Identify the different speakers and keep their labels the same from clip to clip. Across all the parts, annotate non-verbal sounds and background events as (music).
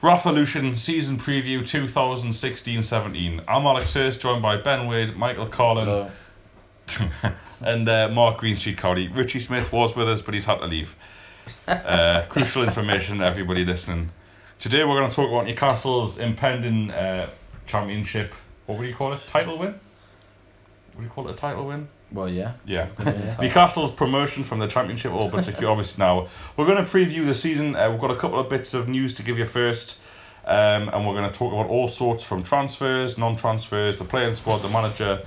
Speaker 1: Raffolution Season Preview 2016-17. I'm Alex Hurst, joined by Ben Wade, Michael Collin, (laughs) and uh, Mark Greenstreet Cowley. Richie Smith was with us, but he's had to leave. Uh, crucial information, everybody listening. Today we're going to talk about Newcastle's impending uh, championship. What would you call it? Title win? Would you call it a title win?
Speaker 2: Well, yeah.
Speaker 1: Yeah.
Speaker 2: Yeah.
Speaker 1: Newcastle's promotion from the Championship all but secure, obviously, now. We're going to preview the season. Uh, we've got a couple of bits of news to give you first. Um, and we're going to talk about all sorts from transfers, non transfers, the playing squad, the manager.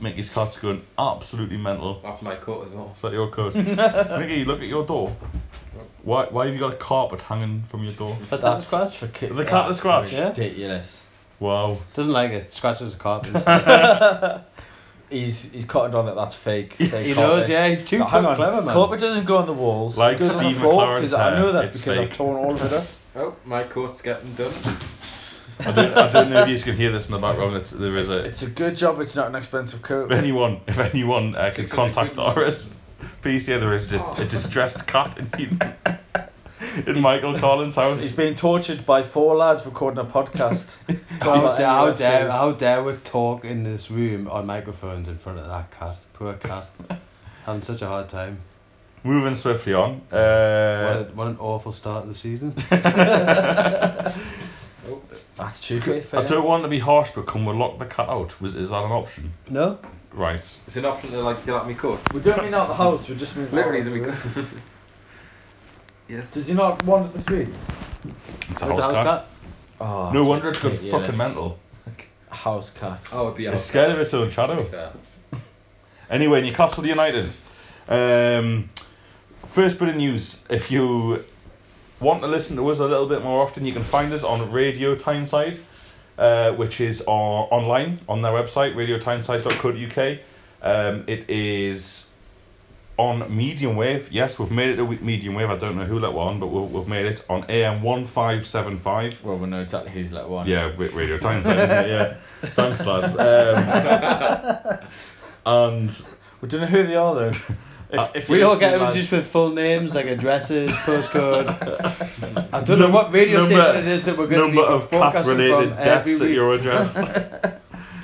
Speaker 1: Mickey's cards going absolutely mental.
Speaker 3: That's my coat as well.
Speaker 1: Is that your coat? Mickey, look at your door. Why, why have you got a carpet hanging from your door?
Speaker 4: But that scratch for ki-
Speaker 1: The cat that scratched?
Speaker 4: Yeah.
Speaker 2: Ridiculous.
Speaker 1: Wow.
Speaker 4: Doesn't like it. Scratches the (laughs) carpet.
Speaker 2: He's he's cottoned on that
Speaker 1: (laughs)
Speaker 2: that's fake. fake
Speaker 4: he
Speaker 2: carpet.
Speaker 4: knows, yeah. He's too
Speaker 2: No, hang
Speaker 4: fucking
Speaker 2: on.
Speaker 4: clever, man.
Speaker 2: Carpet doesn't go on the walls.
Speaker 1: Like
Speaker 2: it goes on
Speaker 1: Steve
Speaker 2: the floor
Speaker 1: McLaren's
Speaker 2: because I know
Speaker 1: hair,
Speaker 2: that
Speaker 1: it's
Speaker 2: because
Speaker 1: fake.
Speaker 2: I've torn all
Speaker 1: (laughs)
Speaker 2: of it up.
Speaker 3: Oh, my coat's getting done.
Speaker 1: I don't, I don't know if you can hear this in the background. It's, there is a.
Speaker 2: It's a good job. It's not an expensive
Speaker 1: (laughs)
Speaker 2: coat.
Speaker 1: If anyone, if anyone uh, can
Speaker 3: 600
Speaker 1: contact the
Speaker 3: quid.
Speaker 1: RSPCA, there is just a distressed cat in, in Michael Collins'
Speaker 2: He's
Speaker 1: house.
Speaker 2: being tortured by four lads recording a podcast.
Speaker 1: (laughs)
Speaker 4: How,
Speaker 2: Well,
Speaker 4: dare, how,
Speaker 2: anyway,
Speaker 4: dare,
Speaker 2: so-
Speaker 4: how dare we talk in this room on microphones in front of that cat? Poor (laughs) cat. Having such a hard time.
Speaker 1: Moving swiftly on.
Speaker 4: What,
Speaker 1: Uh,
Speaker 4: a, what an awful start to the season.
Speaker 2: (laughs) That's true. Faith,
Speaker 1: I don't want to be harsh, but can we lock the cat out? Was is that an option?
Speaker 4: (laughs) No?
Speaker 1: Right.
Speaker 3: It's an option to like get out my coat.
Speaker 2: We don't mean out the house. We're just moving.
Speaker 3: Literally,
Speaker 2: out
Speaker 3: the
Speaker 2: of
Speaker 3: me
Speaker 2: room.
Speaker 3: coat. (laughs) yes.
Speaker 2: Does he not wander the streets?
Speaker 1: It's a
Speaker 4: Where's
Speaker 1: house
Speaker 4: the
Speaker 1: cat.
Speaker 2: Oh,
Speaker 1: No wonder it's gone
Speaker 2: (laughs) ridiculous.
Speaker 1: fucking mental.
Speaker 2: House cat.
Speaker 3: I would be out.
Speaker 1: It's scared of its own
Speaker 3: To
Speaker 1: shadow.
Speaker 3: be fair.
Speaker 1: Anyway, Newcastle United. Um, first bit of news. If you want to listen to us a little bit more often, you can find us on Radio Tyneside, uh, which is our, online on their website, radiotyneside.co.uk. Um, it is on medium wave. Yes, we've made it to we- medium wave. I don't know who let one, but we've, we've made it on AM 1575.
Speaker 2: Well, we know exactly who's let one.
Speaker 1: Yeah, Ra- Radio Times, isn't it? Yeah. Thanks, lads. Um, (laughs) and
Speaker 2: We don't know who they are (laughs) though. If, if
Speaker 4: We
Speaker 2: you're
Speaker 4: all get
Speaker 2: listening,
Speaker 4: introduced with full names, like
Speaker 1: (laughs)
Speaker 4: addresses, postcode. I don't know what radio
Speaker 1: Number-
Speaker 4: station it is that we're going to
Speaker 1: number
Speaker 4: be
Speaker 1: of cat
Speaker 4: broadcasting
Speaker 1: related
Speaker 4: from every
Speaker 1: deaths at
Speaker 4: week.
Speaker 1: your
Speaker 4: (laughs)
Speaker 1: address.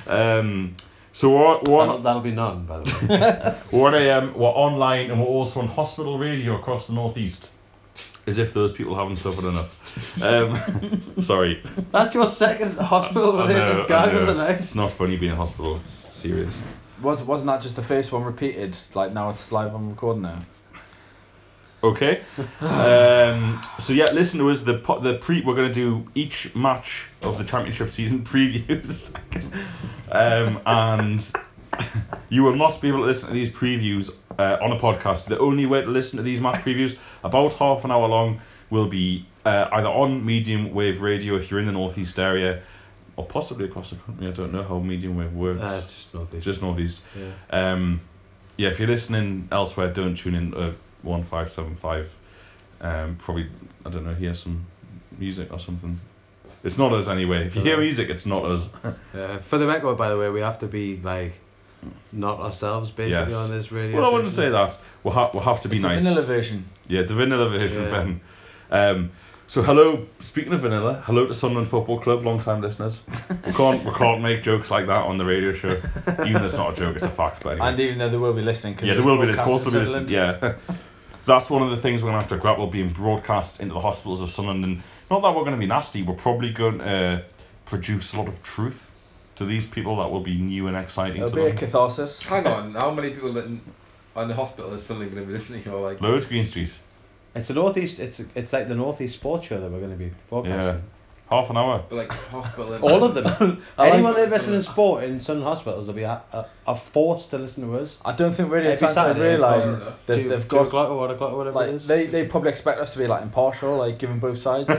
Speaker 1: um, so we're, we're,
Speaker 4: That'll,
Speaker 1: on,
Speaker 4: that'll be none, by the way.
Speaker 1: we're, on AM, we're online and we're also on hospital radio across the northeast. As if those people haven't suffered enough. Um, (laughs) sorry,
Speaker 4: That's your second hospital
Speaker 1: (laughs) I know, I
Speaker 4: related gag of
Speaker 1: know.
Speaker 4: the night.
Speaker 1: it's not funny being in hospital, it's serious.
Speaker 2: Was wasn't that just the first one repeated? Like now it's live on recording now.
Speaker 1: Okay. Um, so yeah, listen to us. The po- the pre we're gonna do each match of the championship season (laughs) previews, um, and (laughs) you will not be able to listen to these previews uh, on a podcast. The only way to listen to these match previews, about half an hour long, will be uh, either on medium wave radio if you're in the northeast area, or possibly across the country. I don't know how medium wave works.
Speaker 4: Uh, just northeast.
Speaker 1: Just northeast.
Speaker 4: yeah.
Speaker 1: Um, yeah, if you're listening elsewhere, don't tune in to one five seven five. Um, probably I don't know. Hear some music or something. It's not us anyway. If you hear music, it's not us.
Speaker 4: Uh, for the record, by the way, we have to be like not ourselves basically
Speaker 1: Yes.
Speaker 4: on this radio.
Speaker 1: Well, I wouldn't say
Speaker 4: station.
Speaker 1: that. We'll, ha- we'll have to be
Speaker 2: it's
Speaker 1: nice.
Speaker 2: A vanilla version.
Speaker 1: Yeah, the vanilla version,
Speaker 4: Yeah.
Speaker 1: Ben. Um, So hello. Speaking of vanilla, hello to Sunderland Football Club, long time listeners. We can't we can't make jokes like that on the radio show. Even though it's not a joke, it's a fact. But anyway.
Speaker 2: And even though they will be listening, 'cause
Speaker 1: yeah,
Speaker 2: it's
Speaker 1: there will be. Of
Speaker 2: broadcast
Speaker 1: course,
Speaker 2: in
Speaker 1: there will be.
Speaker 2: Sunderland.
Speaker 1: Yeah, that's one of the things we're gonna have to grapple being broadcast into the hospitals of Sunderland. And not that we're gonna be nasty. We're probably going to produce a lot of truth to these people that will be new and exciting
Speaker 2: It'll
Speaker 1: to
Speaker 2: be a
Speaker 1: them.
Speaker 2: catharsis.
Speaker 3: Hang on, how many people that n- are in the hospital are suddenly going to be listening? Or like,
Speaker 1: Loads Green Street.
Speaker 4: It's the northeast. It's it's like the northeast sports show that we're going to be broadcasting.
Speaker 1: Half an
Speaker 3: (laughs)
Speaker 1: hour.
Speaker 3: but like hospital.
Speaker 4: All of them.
Speaker 2: I
Speaker 4: (laughs) Anyone
Speaker 3: like-
Speaker 4: interested in sport in Sun hospitals will be uh, uh, are forced to listen to us.
Speaker 2: I don't think radio
Speaker 4: Every
Speaker 2: fans have
Speaker 4: Saturday,
Speaker 2: realised
Speaker 3: from-
Speaker 2: they've,
Speaker 4: two,
Speaker 2: they've
Speaker 4: two
Speaker 2: got
Speaker 4: o'clock or one o'clock or whatever it
Speaker 2: like
Speaker 4: is.
Speaker 2: they, they probably expect us to be like impartial, like giving
Speaker 1: (laughs)
Speaker 2: both sides.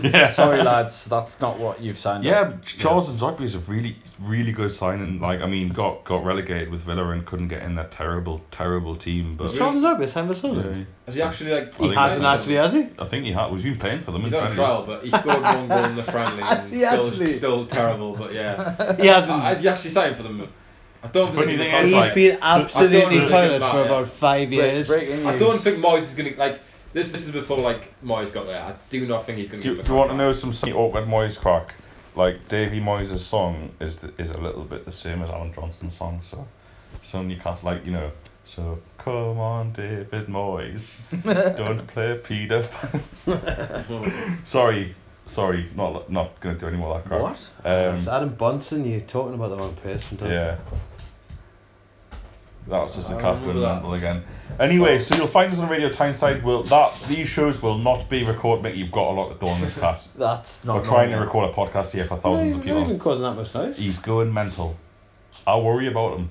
Speaker 1: Yeah.
Speaker 2: Sorry, lads, that's not what you've signed.
Speaker 1: Yeah,
Speaker 2: up.
Speaker 1: but Ch- Charles and Zogby is a really, really good signing. Like, I mean, got got relegated with Villa and couldn't get in that terrible, terrible team.
Speaker 4: Is
Speaker 1: But
Speaker 4: Charles Lopez signed for Sunderland?
Speaker 1: Yeah.
Speaker 3: Has he actually like?
Speaker 1: I
Speaker 4: He
Speaker 1: think
Speaker 4: hasn't
Speaker 1: so.
Speaker 4: actually,
Speaker 1: (laughs)
Speaker 4: has he?
Speaker 1: I think he had. We've been playing for them in
Speaker 3: He's on
Speaker 1: friendlies.
Speaker 3: trial, but he scored one goal in the friendly. and
Speaker 4: (laughs) Has he
Speaker 3: still,
Speaker 4: actually?
Speaker 3: still terrible, but
Speaker 4: (laughs)
Speaker 3: yeah.
Speaker 4: He
Speaker 3: Has
Speaker 4: hasn't.
Speaker 3: he actually signed for them? I don't
Speaker 1: Funny
Speaker 3: think.
Speaker 1: thing
Speaker 3: he's
Speaker 1: is,
Speaker 4: He's
Speaker 3: a
Speaker 1: like-
Speaker 4: been
Speaker 3: I don't
Speaker 4: absolutely
Speaker 3: really
Speaker 4: toilet
Speaker 3: think
Speaker 4: for
Speaker 3: about it.
Speaker 4: about five
Speaker 2: Break,
Speaker 4: years.
Speaker 2: breaking news.
Speaker 3: I don't think Moyes is going to like this. This is before like Moyes got there. I do not think he's going
Speaker 1: Do,
Speaker 3: to.
Speaker 1: you- do you want to know some silly awkward Moyes crack? Like Davy Moyes' song is the, is a little bit the same as Alan Johnson's song. So, so Newcastle, like you know, so come on, David Moyes, don't play Peter.
Speaker 3: (laughs)
Speaker 1: Sorry, sorry, not not gonna do any more of that crap.
Speaker 2: What?
Speaker 1: Um,
Speaker 4: it's Adam Bunsen. You're talking about the wrong person. does
Speaker 1: Yeah. That was just a
Speaker 3: I
Speaker 1: cat gun
Speaker 3: remember that.
Speaker 1: ramble again. Anyway, so you'll find us on Radio Tyneside. Will that these shows will not be recorded? Mate, you've got a lot to do on this cat.
Speaker 2: That's not.
Speaker 1: We're trying to
Speaker 2: normal.
Speaker 1: record a podcast here for
Speaker 4: Not
Speaker 1: thousands of
Speaker 4: even- not even
Speaker 1: people.
Speaker 4: causing that much noise.
Speaker 1: He's going mental. I worry about him.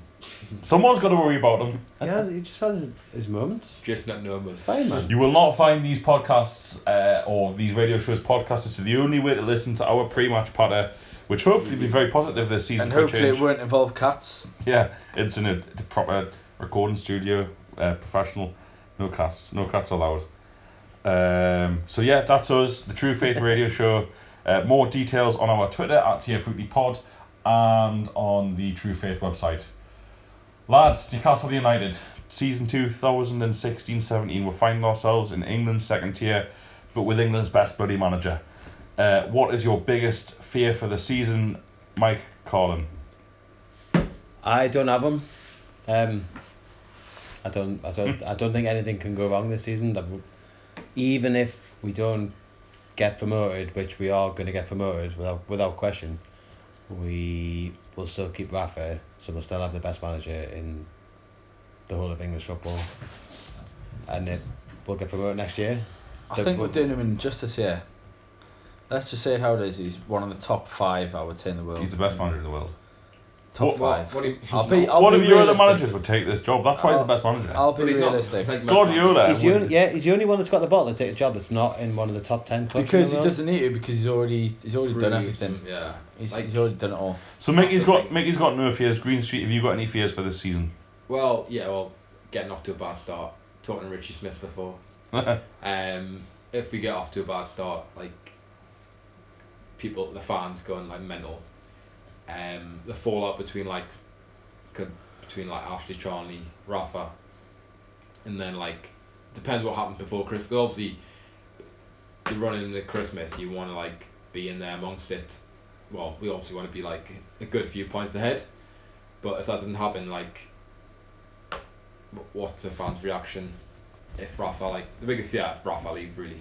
Speaker 1: Someone's got to worry about him.
Speaker 4: He, has, he just has his, his moments.
Speaker 3: Just not normal.
Speaker 4: Fine, man.
Speaker 1: You will not find these podcasts uh, or these radio shows podcasted. So the only way to listen to our pre-match patter, which hopefully will be very positive this season
Speaker 2: And
Speaker 1: for a
Speaker 2: hopefully
Speaker 1: change.
Speaker 2: it won't involve cats.
Speaker 1: Yeah, it's in a, it's a proper recording studio, uh, professional, no cats, no cats allowed. Um, so yeah, that's us, the True Faith Radio Show. Uh, more details on our Twitter at TF Weekly Pod and on the True Faith website. Lads, Newcastle United, season 2016 17, we're finding ourselves in England's second tier, but with England's best bloody manager. Uh, what is your biggest fear for the season, Mike Carlin?
Speaker 4: I don't have him. Um, I don't. I don't. I don't think anything can go wrong this season. That would- even if we don't get promoted, which we are going to get promoted without without question, we will still keep Rafa, so we'll still have the best manager in the whole of English football, and it will get promoted next year.
Speaker 2: I
Speaker 4: Don't
Speaker 2: think we're
Speaker 4: go-
Speaker 2: doing him injustice here. Let's just say it how it is. He's one of the top five, I would say, in the world.
Speaker 1: He's the best manager in the world.
Speaker 2: Top
Speaker 1: What-
Speaker 2: five.
Speaker 3: What do you-
Speaker 2: I'll be. I'll
Speaker 1: One
Speaker 2: be
Speaker 1: of your other
Speaker 2: realistic.
Speaker 1: managers would take this job. That's why he's the best manager.
Speaker 2: I'll be
Speaker 3: But he's not,
Speaker 2: realistic.
Speaker 3: like,
Speaker 1: Guardiola.
Speaker 4: He's the
Speaker 1: would-
Speaker 4: only, yeah, he's the only one that's got the bottle to take a job that's not in one of the top ten clubs. in the
Speaker 2: Because he
Speaker 4: world.
Speaker 2: doesn't need to. Because he's already he's already done
Speaker 3: Really,
Speaker 2: everything.
Speaker 3: Yeah.
Speaker 2: He's,
Speaker 3: Like-
Speaker 2: he's already done it all.
Speaker 1: So Mickey's got Mickey's got no fears. Green Street, have you got any fears for this season?
Speaker 3: Well, yeah. Well, getting off to a bad start. Talking to Richie Smith
Speaker 1: (laughs)
Speaker 3: before. um, if we get off to a bad start, like people, the fans going like mental. Um, the fallout between like, could between like Ashley Charney, Rafa, and then like depends what happens before Christmas. But obviously, you're running into Christmas. You want to like be in there amongst it. Well, we obviously want to be like a good few points ahead, but if that doesn't happen, like, wh- what's the fans' reaction? if Rafa like the biggest yeah if Rafa leaves really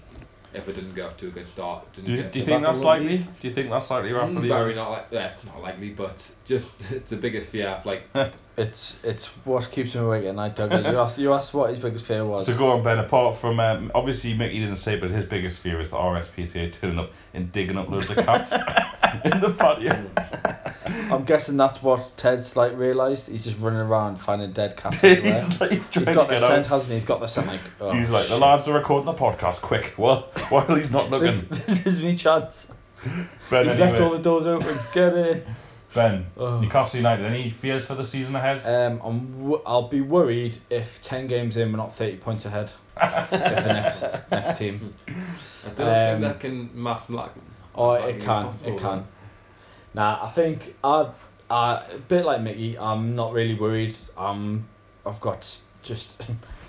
Speaker 3: if it didn't go off to a good start didn't
Speaker 1: Do you,
Speaker 3: get
Speaker 1: do you
Speaker 3: to-
Speaker 1: think
Speaker 4: Rafa
Speaker 1: that's
Speaker 4: will
Speaker 1: likely?
Speaker 4: leave?
Speaker 1: Do you think that's likely, Rafa?
Speaker 3: Mm,
Speaker 1: leaving?
Speaker 3: very not like yeah, it's not likely but (laughs) just it's the biggest fear
Speaker 1: (laughs)
Speaker 3: of, like
Speaker 2: It's it's what keeps him awake at night, Doug. You asked you asked what his biggest fear was.
Speaker 1: So go on, Ben. Apart from um, obviously Mickey didn't say, but his biggest fear is the RSPCA turning up and digging up loads of
Speaker 3: (laughs)
Speaker 1: cats in the patio.
Speaker 2: I'm guessing that's what Ted's like realised. He's just running around finding
Speaker 1: (laughs)
Speaker 2: dead cats everywhere.
Speaker 1: he's, like, he's
Speaker 2: He's
Speaker 1: trying
Speaker 2: got
Speaker 1: to get
Speaker 2: the scent,
Speaker 1: out.
Speaker 2: hasn't he? He's got the scent like. Oh,
Speaker 1: He's like, the
Speaker 2: shit.
Speaker 1: lads are recording the podcast. Quick, well, (laughs) while he's not looking.
Speaker 2: This, (laughs) this is me chance.
Speaker 1: ben,
Speaker 2: He's
Speaker 1: anyway.
Speaker 2: left all the doors open. Get in.
Speaker 1: ben,
Speaker 2: Oh.
Speaker 1: Newcastle United. Any fears for the season ahead?
Speaker 2: Um, I'm w- I'll be worried if ten games in we're not thirty points ahead. of the next next team,
Speaker 3: I don't
Speaker 2: Um,
Speaker 3: think that can math like
Speaker 2: or
Speaker 3: That'd
Speaker 2: Oh, it
Speaker 3: be
Speaker 2: can,
Speaker 3: impossible,
Speaker 2: it can. Nah, I think I, I a bit like Mickey. I'm not really worried. Um, I've (laughs) got s- just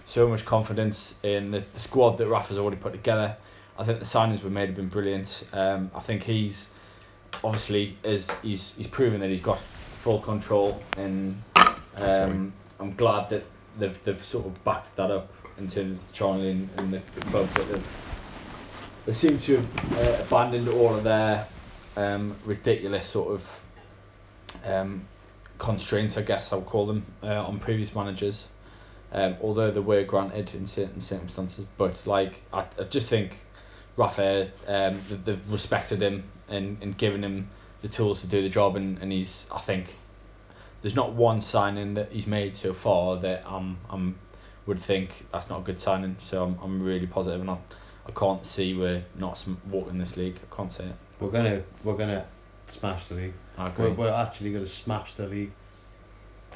Speaker 2: so much confidence in the, the squad that Rafa's already put together. I think the signings we made have been brilliant. Um, I think he's obviously is he's he's proven that he's got full control, and um, I'm glad that they've they've sort of backed that up in terms of Charlie and, and the, the club, but they've, they seem to have uh, abandoned all of their um, ridiculous sort of um, constraints, I guess I'll call them, uh, on previous managers. Um, although they were granted in certain circumstances, but like I, I just think Rafa, um, th- they've respected him and, and given him the tools to do the job, and, and he's I think there's not one signing that he's made so far that I'm I'm would think that's not a good signing. So I'm I'm really positive, and I I can't see we're not sm- walking this league. I can't see it.
Speaker 4: We're gonna we're gonna smash the league.
Speaker 2: I
Speaker 4: We're, we're actually gonna smash the league.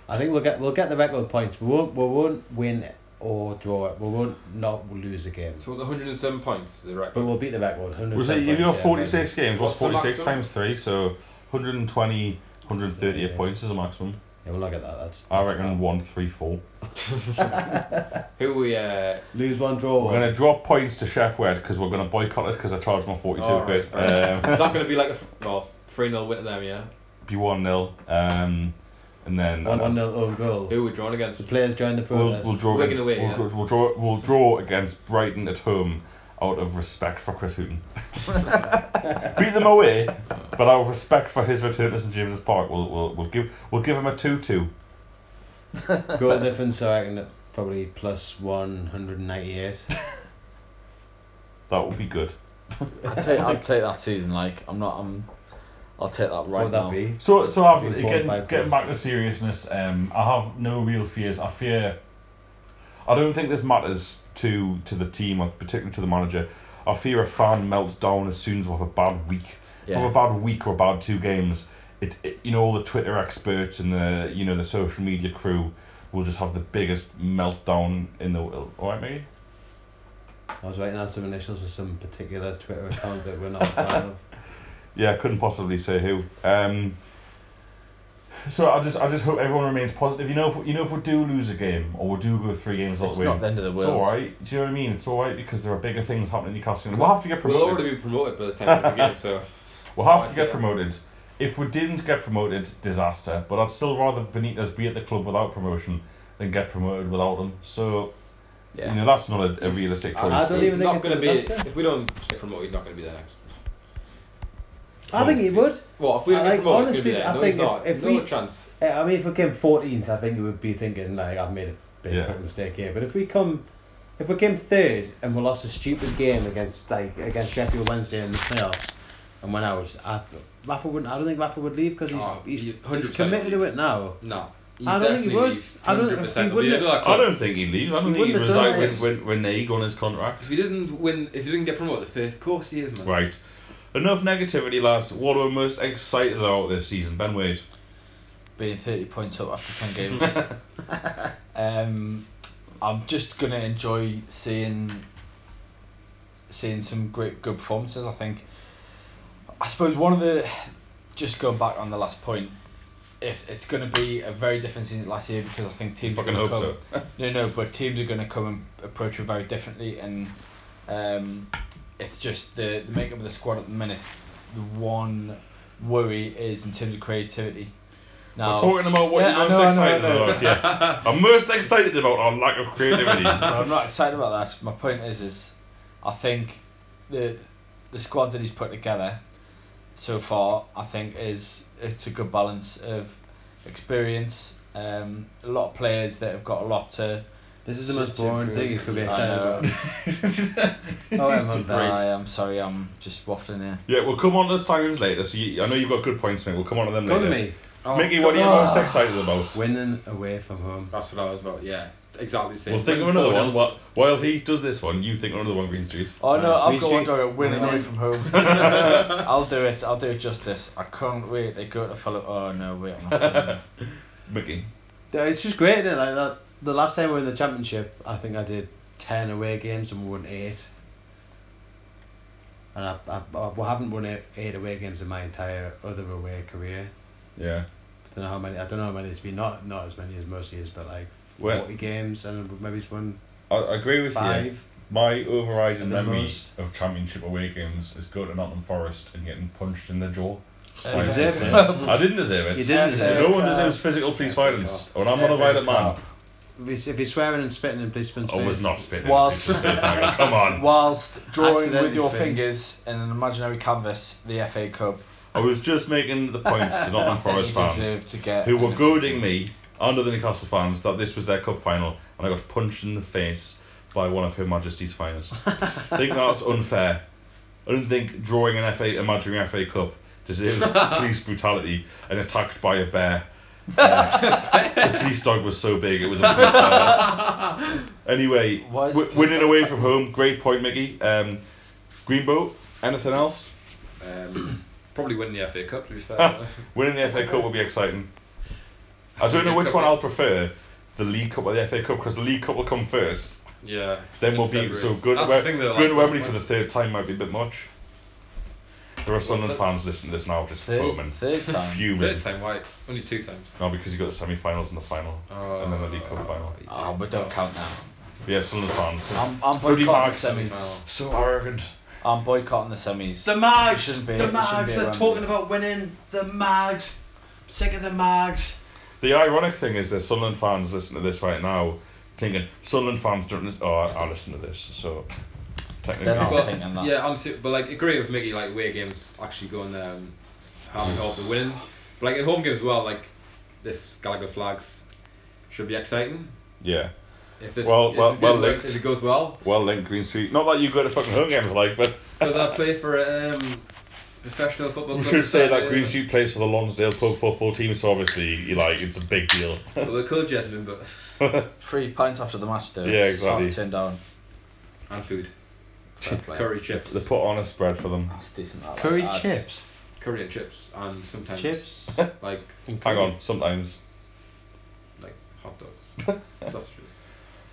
Speaker 4: I think we'll get we'll get the record points. We won't we won't win or draw it. We won't not lose a game.
Speaker 3: So 107 points, the record.
Speaker 4: But we'll beat the record. 100
Speaker 1: Was it, you got 46 games, what's
Speaker 3: What's the
Speaker 1: 46
Speaker 3: maximum?
Speaker 1: times 3? So 120, 138
Speaker 4: Yeah.
Speaker 1: points is the maximum.
Speaker 4: Yeah, we'll not get that. That's.
Speaker 1: I
Speaker 4: that's
Speaker 1: reckon
Speaker 4: not-
Speaker 1: 134.
Speaker 3: Who we uh,
Speaker 4: Lose one, draw
Speaker 1: We're
Speaker 4: one.
Speaker 1: going to drop points to Chef Wed because we're going to boycott it because I charged my 42
Speaker 3: All right,
Speaker 1: quid.
Speaker 3: all right.
Speaker 1: Um,
Speaker 3: it's not going to be like a f- well three 0 win to them, yeah.
Speaker 1: be 1 0. Um, and then
Speaker 4: One one nil own goal.
Speaker 3: Who we drawn against?
Speaker 4: The players join the
Speaker 1: we'll,
Speaker 4: protest.
Speaker 1: we'll, draw
Speaker 3: Wigan
Speaker 1: against,
Speaker 3: away,
Speaker 1: we'll,
Speaker 3: yeah.
Speaker 1: go- we'll, draw, we'll draw against Brighton at home out of respect for Chris Hooton. Beat them away, but out of respect for his return to St James's Park, we'll, we'll, we'll, give, we'll give him a 2 2.
Speaker 4: (laughs) Goal difference, I reckon probably
Speaker 1: (laughs)
Speaker 4: plus 198.
Speaker 1: That would be good.
Speaker 2: I'd take, I'd take that season. Like I'm not. I'm. I'll take that
Speaker 4: what
Speaker 2: right
Speaker 4: would
Speaker 2: now.
Speaker 4: that be?
Speaker 1: So, so I've,
Speaker 4: Three, four,
Speaker 1: getting,
Speaker 4: five
Speaker 1: getting
Speaker 4: points.
Speaker 1: back to seriousness, um, I have no real fears. I fear. I don't think this matters to to the team, or particularly to the manager. I fear a fan melts down as soon as we have a bad week.
Speaker 2: Yeah.
Speaker 1: Have a bad week or a bad two games. It, it you know all the Twitter experts and the you know the social media crew will just have the biggest meltdown in the world. All right, Mickey?
Speaker 4: I was writing down some initials for some particular Twitter account that we're not
Speaker 1: (laughs)
Speaker 4: a fan of.
Speaker 1: Yeah, I couldn't possibly say who. Um, so I just I just hope everyone remains positive. You know if you know if we do lose a game or we do go three games all
Speaker 2: It's
Speaker 1: the way.
Speaker 2: not the end of the
Speaker 1: it's
Speaker 2: world.
Speaker 1: all right. Do you know what I mean? It's all right because there are bigger things happening in Newcastle. We'll have to get
Speaker 3: We'll
Speaker 1: promoted.
Speaker 3: already be promoted by the time of the game,
Speaker 4: (laughs)
Speaker 3: so
Speaker 1: We'll have
Speaker 3: Oh,
Speaker 1: to get
Speaker 3: yeah.
Speaker 1: promoted. If we didn't get promoted, disaster. But I'd still rather Benitez be at the club without promotion than get promoted without him. So
Speaker 2: Yeah.
Speaker 1: you know that's not a, a realistic choice.
Speaker 4: I don't
Speaker 1: but-
Speaker 4: even
Speaker 3: He's
Speaker 4: think
Speaker 3: not
Speaker 4: it's
Speaker 3: going to
Speaker 4: a
Speaker 3: be.
Speaker 4: disaster.
Speaker 3: If we don't get promoted, he's not going to be there next.
Speaker 4: I think he would.
Speaker 3: Well, if we
Speaker 4: I
Speaker 3: don't get
Speaker 4: like-
Speaker 3: promoted,
Speaker 4: honestly,
Speaker 3: he's
Speaker 4: I
Speaker 3: gonna be there.
Speaker 4: think
Speaker 3: no,
Speaker 4: if-
Speaker 3: he's not.
Speaker 4: if
Speaker 3: no
Speaker 4: we-
Speaker 3: chance.
Speaker 4: Eh, I mean, if we came 14th, I think you would be thinking, like, I've made a big
Speaker 1: Yeah.
Speaker 4: fucking mistake here. But if we come, if we came third and we lost a stupid game against, like, against Sheffield Wednesday in the playoffs and went out, I, Rafa wouldn't, I don't think Rafa would leave because he's,
Speaker 3: Oh,
Speaker 4: he's,
Speaker 3: he-
Speaker 4: he's
Speaker 3: 100%
Speaker 4: committed to it now.
Speaker 3: No.
Speaker 4: I don't think he would. I don't- if he
Speaker 3: 100% will be
Speaker 4: wouldn't-
Speaker 3: there. Look,
Speaker 1: I don't think he'd leave. I don't
Speaker 4: He
Speaker 1: think he'd
Speaker 4: wouldn't have done
Speaker 1: resign when,
Speaker 4: this.
Speaker 1: when, when they go on his contract.
Speaker 3: If he doesn't win, if he doesn't get promoted, first course he is man.
Speaker 1: Right. Enough negativity, lads. What are we most excited about this season? Ben Wade.
Speaker 2: being 30 points up after 10 games. um, I'm just going to enjoy seeing seeing some great good performances. I think, I suppose, one of the, just going back on the last point, if it's going to be a very different season to last year because I think teams are
Speaker 1: Fucking
Speaker 2: going to
Speaker 1: hope
Speaker 2: come.
Speaker 1: so.
Speaker 2: No, no, but teams are going to come and approach it very differently, and um, it's just the, the makeup of the squad at the minute. The one worry is in terms of creativity.
Speaker 1: We're
Speaker 2: Now,
Speaker 1: talking about what
Speaker 2: Yeah, I
Speaker 1: you're
Speaker 2: know,
Speaker 1: most
Speaker 2: I know,
Speaker 1: excited
Speaker 2: I know.
Speaker 1: about.
Speaker 2: (laughs)
Speaker 1: Yeah. I'm most excited about our lack of creativity.
Speaker 2: no, I'm not excited about that. My point is, is I think the the squad that he's put together so far, I think is it's a good balance of experience. Um, a lot of players that have got a lot to.
Speaker 4: This is the
Speaker 2: to-
Speaker 4: most
Speaker 2: to
Speaker 4: boring
Speaker 2: improve.
Speaker 4: thing you could be
Speaker 2: I
Speaker 4: excited
Speaker 2: know.
Speaker 4: about. oh, I'm on
Speaker 2: But I
Speaker 4: bad.
Speaker 2: am sorry, I'm just waffling here.
Speaker 1: yeah, we'll come on to signings later. So you, I know you've got good points, mate. We'll come on to them
Speaker 4: Go to
Speaker 1: later.
Speaker 4: me.
Speaker 2: Oh,
Speaker 1: Mickey, what are you most excited about?
Speaker 4: Winning away from home.
Speaker 3: That's what I was about. Yeah, exactly the same.
Speaker 1: We'll think of
Speaker 3: Winning
Speaker 1: another one.
Speaker 3: 4-0.
Speaker 1: While, while he does this one, you think of another one, Green Streets.
Speaker 2: Oh no,
Speaker 4: Right,
Speaker 2: I've got one
Speaker 4: appreciate-
Speaker 2: go winning
Speaker 4: Right.
Speaker 2: away
Speaker 1: (laughs)
Speaker 2: from home. I'll do it. I'll do it justice. I can't wait. They go to Philip. Oh no, wait. I'm not gonna-
Speaker 1: Mickey.
Speaker 4: It's just great, isn't it? Like that. The last time we were in the championship, I think I did ten away games and we won eight. And I, I, I we haven't won eight, eight away games in my entire other away career.
Speaker 1: Yeah.
Speaker 4: I don't know how many. I don't know how many it's been. Not not as many as most years, but like
Speaker 1: Well,
Speaker 4: forty games and maybe it's won
Speaker 1: I, I agree with you.
Speaker 4: five.
Speaker 1: My overriding
Speaker 4: And the
Speaker 1: memory
Speaker 4: most-
Speaker 1: of championship away games is going to Nottingham Forest and getting punched in the jaw.
Speaker 4: You
Speaker 1: (laughs) Why is
Speaker 4: deserved
Speaker 1: this
Speaker 4: it.
Speaker 1: I didn't deserve it.
Speaker 4: You didn't deserve
Speaker 1: No one
Speaker 2: Cup.
Speaker 1: deserves physical police
Speaker 3: FA
Speaker 1: violence. When I'm on a
Speaker 2: FA
Speaker 1: violent man,
Speaker 2: Cup.
Speaker 4: it. (laughs) If he's swearing and spitting in policemen's
Speaker 1: I
Speaker 4: face.
Speaker 1: was Oh, not spitting.
Speaker 2: Whilst-
Speaker 1: in policemen's face, Come
Speaker 2: (laughs)
Speaker 1: on.
Speaker 2: Whilst drawing with
Speaker 4: Accidentally
Speaker 2: your
Speaker 4: spinning.
Speaker 2: fingers in an imaginary canvas, the FA Cup.
Speaker 1: I was just making the point to
Speaker 2: I
Speaker 1: Nottingham
Speaker 2: think
Speaker 1: Forest
Speaker 2: (laughs) you
Speaker 1: fans
Speaker 2: deserve to get
Speaker 1: who
Speaker 2: an
Speaker 1: were
Speaker 2: FA
Speaker 1: goading
Speaker 2: Cup.
Speaker 1: me under the Newcastle fans that this was their cup final, and I got punched in the face by one of Her Majesty's finest. I think that's unfair. I don't think drawing an FA imaginary FA Cup deserves police brutality and attacked by a bear. Uh, the police dog was so big it was a police bear. Anyway,
Speaker 2: Why is
Speaker 1: w-
Speaker 2: the police
Speaker 1: winning
Speaker 2: dog
Speaker 1: away
Speaker 2: attacking
Speaker 1: from home, great point, Mickey. Um, Greenboat, anything else?
Speaker 3: Um, (clears throat) probably win the FA Cup to be (laughs) fair.
Speaker 1: Winning the FA Cup will be exciting. I don't know which one I'll prefer, the League Cup or the FA Cup, because the League Cup will come first.
Speaker 3: yeah.
Speaker 1: Then
Speaker 3: in
Speaker 1: we'll be
Speaker 3: February.
Speaker 1: so good.
Speaker 3: That's
Speaker 1: Wem-
Speaker 3: the thing though,
Speaker 1: good
Speaker 3: like,
Speaker 1: Wembley
Speaker 3: when-
Speaker 1: for the third time might be a bit much. There are Sunderland fans listening to this now, just
Speaker 2: Third,
Speaker 1: foaming, (laughs)
Speaker 2: third time.
Speaker 1: fuming.
Speaker 3: Third time, why? Only two times.
Speaker 1: No, because you got the semi-finals and the final.
Speaker 3: Oh,
Speaker 1: And then the League Cup final.
Speaker 3: Ah,
Speaker 2: Oh, but don't count
Speaker 1: (laughs)
Speaker 2: now.
Speaker 1: Yeah, Sunderland fans.
Speaker 2: I'm, I'm
Speaker 1: Bloody
Speaker 2: boycotting the
Speaker 1: marks. uh,
Speaker 2: semis.
Speaker 1: So arrogant.
Speaker 2: I'm boycotting the semis.
Speaker 4: The
Speaker 2: It
Speaker 4: mags,
Speaker 2: shouldn't be-
Speaker 4: the
Speaker 2: it shouldn't
Speaker 4: mags.
Speaker 2: be
Speaker 4: They're
Speaker 2: around
Speaker 4: talking
Speaker 2: here.
Speaker 4: about winning. The mags. Sick of the mags.
Speaker 1: The ironic thing is that Sunderland fans listening to this right now, thinking Sunderland fans don't. Listen- oh, I I listen to this, so technically.
Speaker 2: They're not
Speaker 3: But,
Speaker 2: thinking that.
Speaker 3: Yeah, honestly, but like agree with Mickey. Like away games actually going um, having all the winning, but like at home games as well. Like this Gallagher flags should be exciting.
Speaker 1: Yeah.
Speaker 3: If this
Speaker 1: Well-
Speaker 3: if
Speaker 1: well-
Speaker 3: this
Speaker 1: well
Speaker 3: game works,
Speaker 1: linked.
Speaker 3: if it goes well,
Speaker 1: Well, Link Green Street. Not that you go to fucking home games, like, but
Speaker 3: because I play for um, professional football.
Speaker 1: you
Speaker 3: club
Speaker 1: should
Speaker 3: in
Speaker 1: say that
Speaker 3: Saudi,
Speaker 1: Green
Speaker 3: uh,
Speaker 1: Street plays for the Lonsdale Pub football team, so obviously, you like, it's a big deal.
Speaker 3: Well, we're called Jasmine, but
Speaker 2: Three pints after the match, though.
Speaker 1: Yeah,
Speaker 2: it's not
Speaker 1: exactly.
Speaker 2: Turned down.
Speaker 3: and food,
Speaker 1: (laughs)
Speaker 2: Fair play.
Speaker 3: curry chips,
Speaker 1: They put on a spread for them.
Speaker 2: That's decent. I like
Speaker 4: Curry
Speaker 2: that.
Speaker 4: chips.
Speaker 3: curry and chips, and sometimes
Speaker 4: Chips.
Speaker 3: like
Speaker 1: Hang on, sometimes.
Speaker 3: like hot dogs, sausages.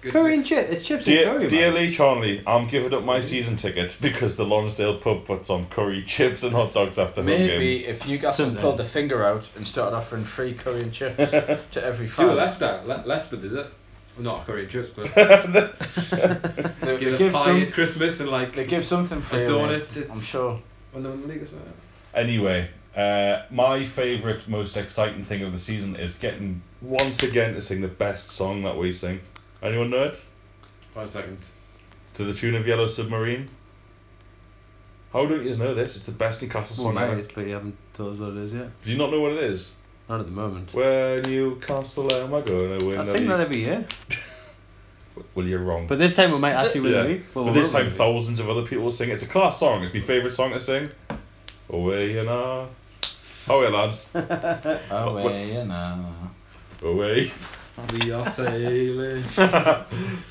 Speaker 3: Good
Speaker 4: Curry and
Speaker 3: mix.
Speaker 4: chips. It's chips and
Speaker 1: Dear,
Speaker 4: curry.
Speaker 1: dear
Speaker 4: man.
Speaker 1: Lee Charnley, I'm giving up my season tickets because the Lonsdale Pub puts on curry, chips, and hot dogs after home
Speaker 2: Maybe
Speaker 1: games.
Speaker 2: if you guys had
Speaker 4: Sometimes.
Speaker 2: pulled a finger out and started offering free curry and chips
Speaker 3: (laughs)
Speaker 2: to every
Speaker 3: Do
Speaker 2: fan,
Speaker 3: left that left left did it. Well, not curry and chips, but
Speaker 2: they, they
Speaker 3: give, a
Speaker 2: give
Speaker 3: pie
Speaker 2: some,
Speaker 3: at Christmas and like
Speaker 2: they give something free.
Speaker 3: a
Speaker 2: away,
Speaker 3: donut. It's
Speaker 2: I'm sure.
Speaker 3: when they're in the league or something.
Speaker 1: Anyway, uh, my favourite, most exciting thing of the season is getting once again to sing the best song that we sing. Anyone know it?
Speaker 3: Five seconds.
Speaker 1: To the tune of Yellow Submarine. How don't you know this? It's the best Newcastle
Speaker 4: Well,
Speaker 1: song
Speaker 4: no,
Speaker 1: ever.
Speaker 4: it's- but you haven't told us what it is yet.
Speaker 1: Do you not know what it is?
Speaker 4: Not at the moment.
Speaker 1: Where Newcastle am I gonna win? the
Speaker 4: I sing that
Speaker 1: league?
Speaker 4: every year.
Speaker 1: Well, you're wrong. But,
Speaker 4: But this time we might actually win
Speaker 1: Yeah.
Speaker 4: the league. Well, we
Speaker 1: this
Speaker 4: won't
Speaker 1: time,
Speaker 4: win the
Speaker 1: thousands of other people will sing. it. It's a class song. It's my favourite song to sing. Away and ah, away lads,
Speaker 2: Away and now.
Speaker 1: away.
Speaker 3: We are sailing.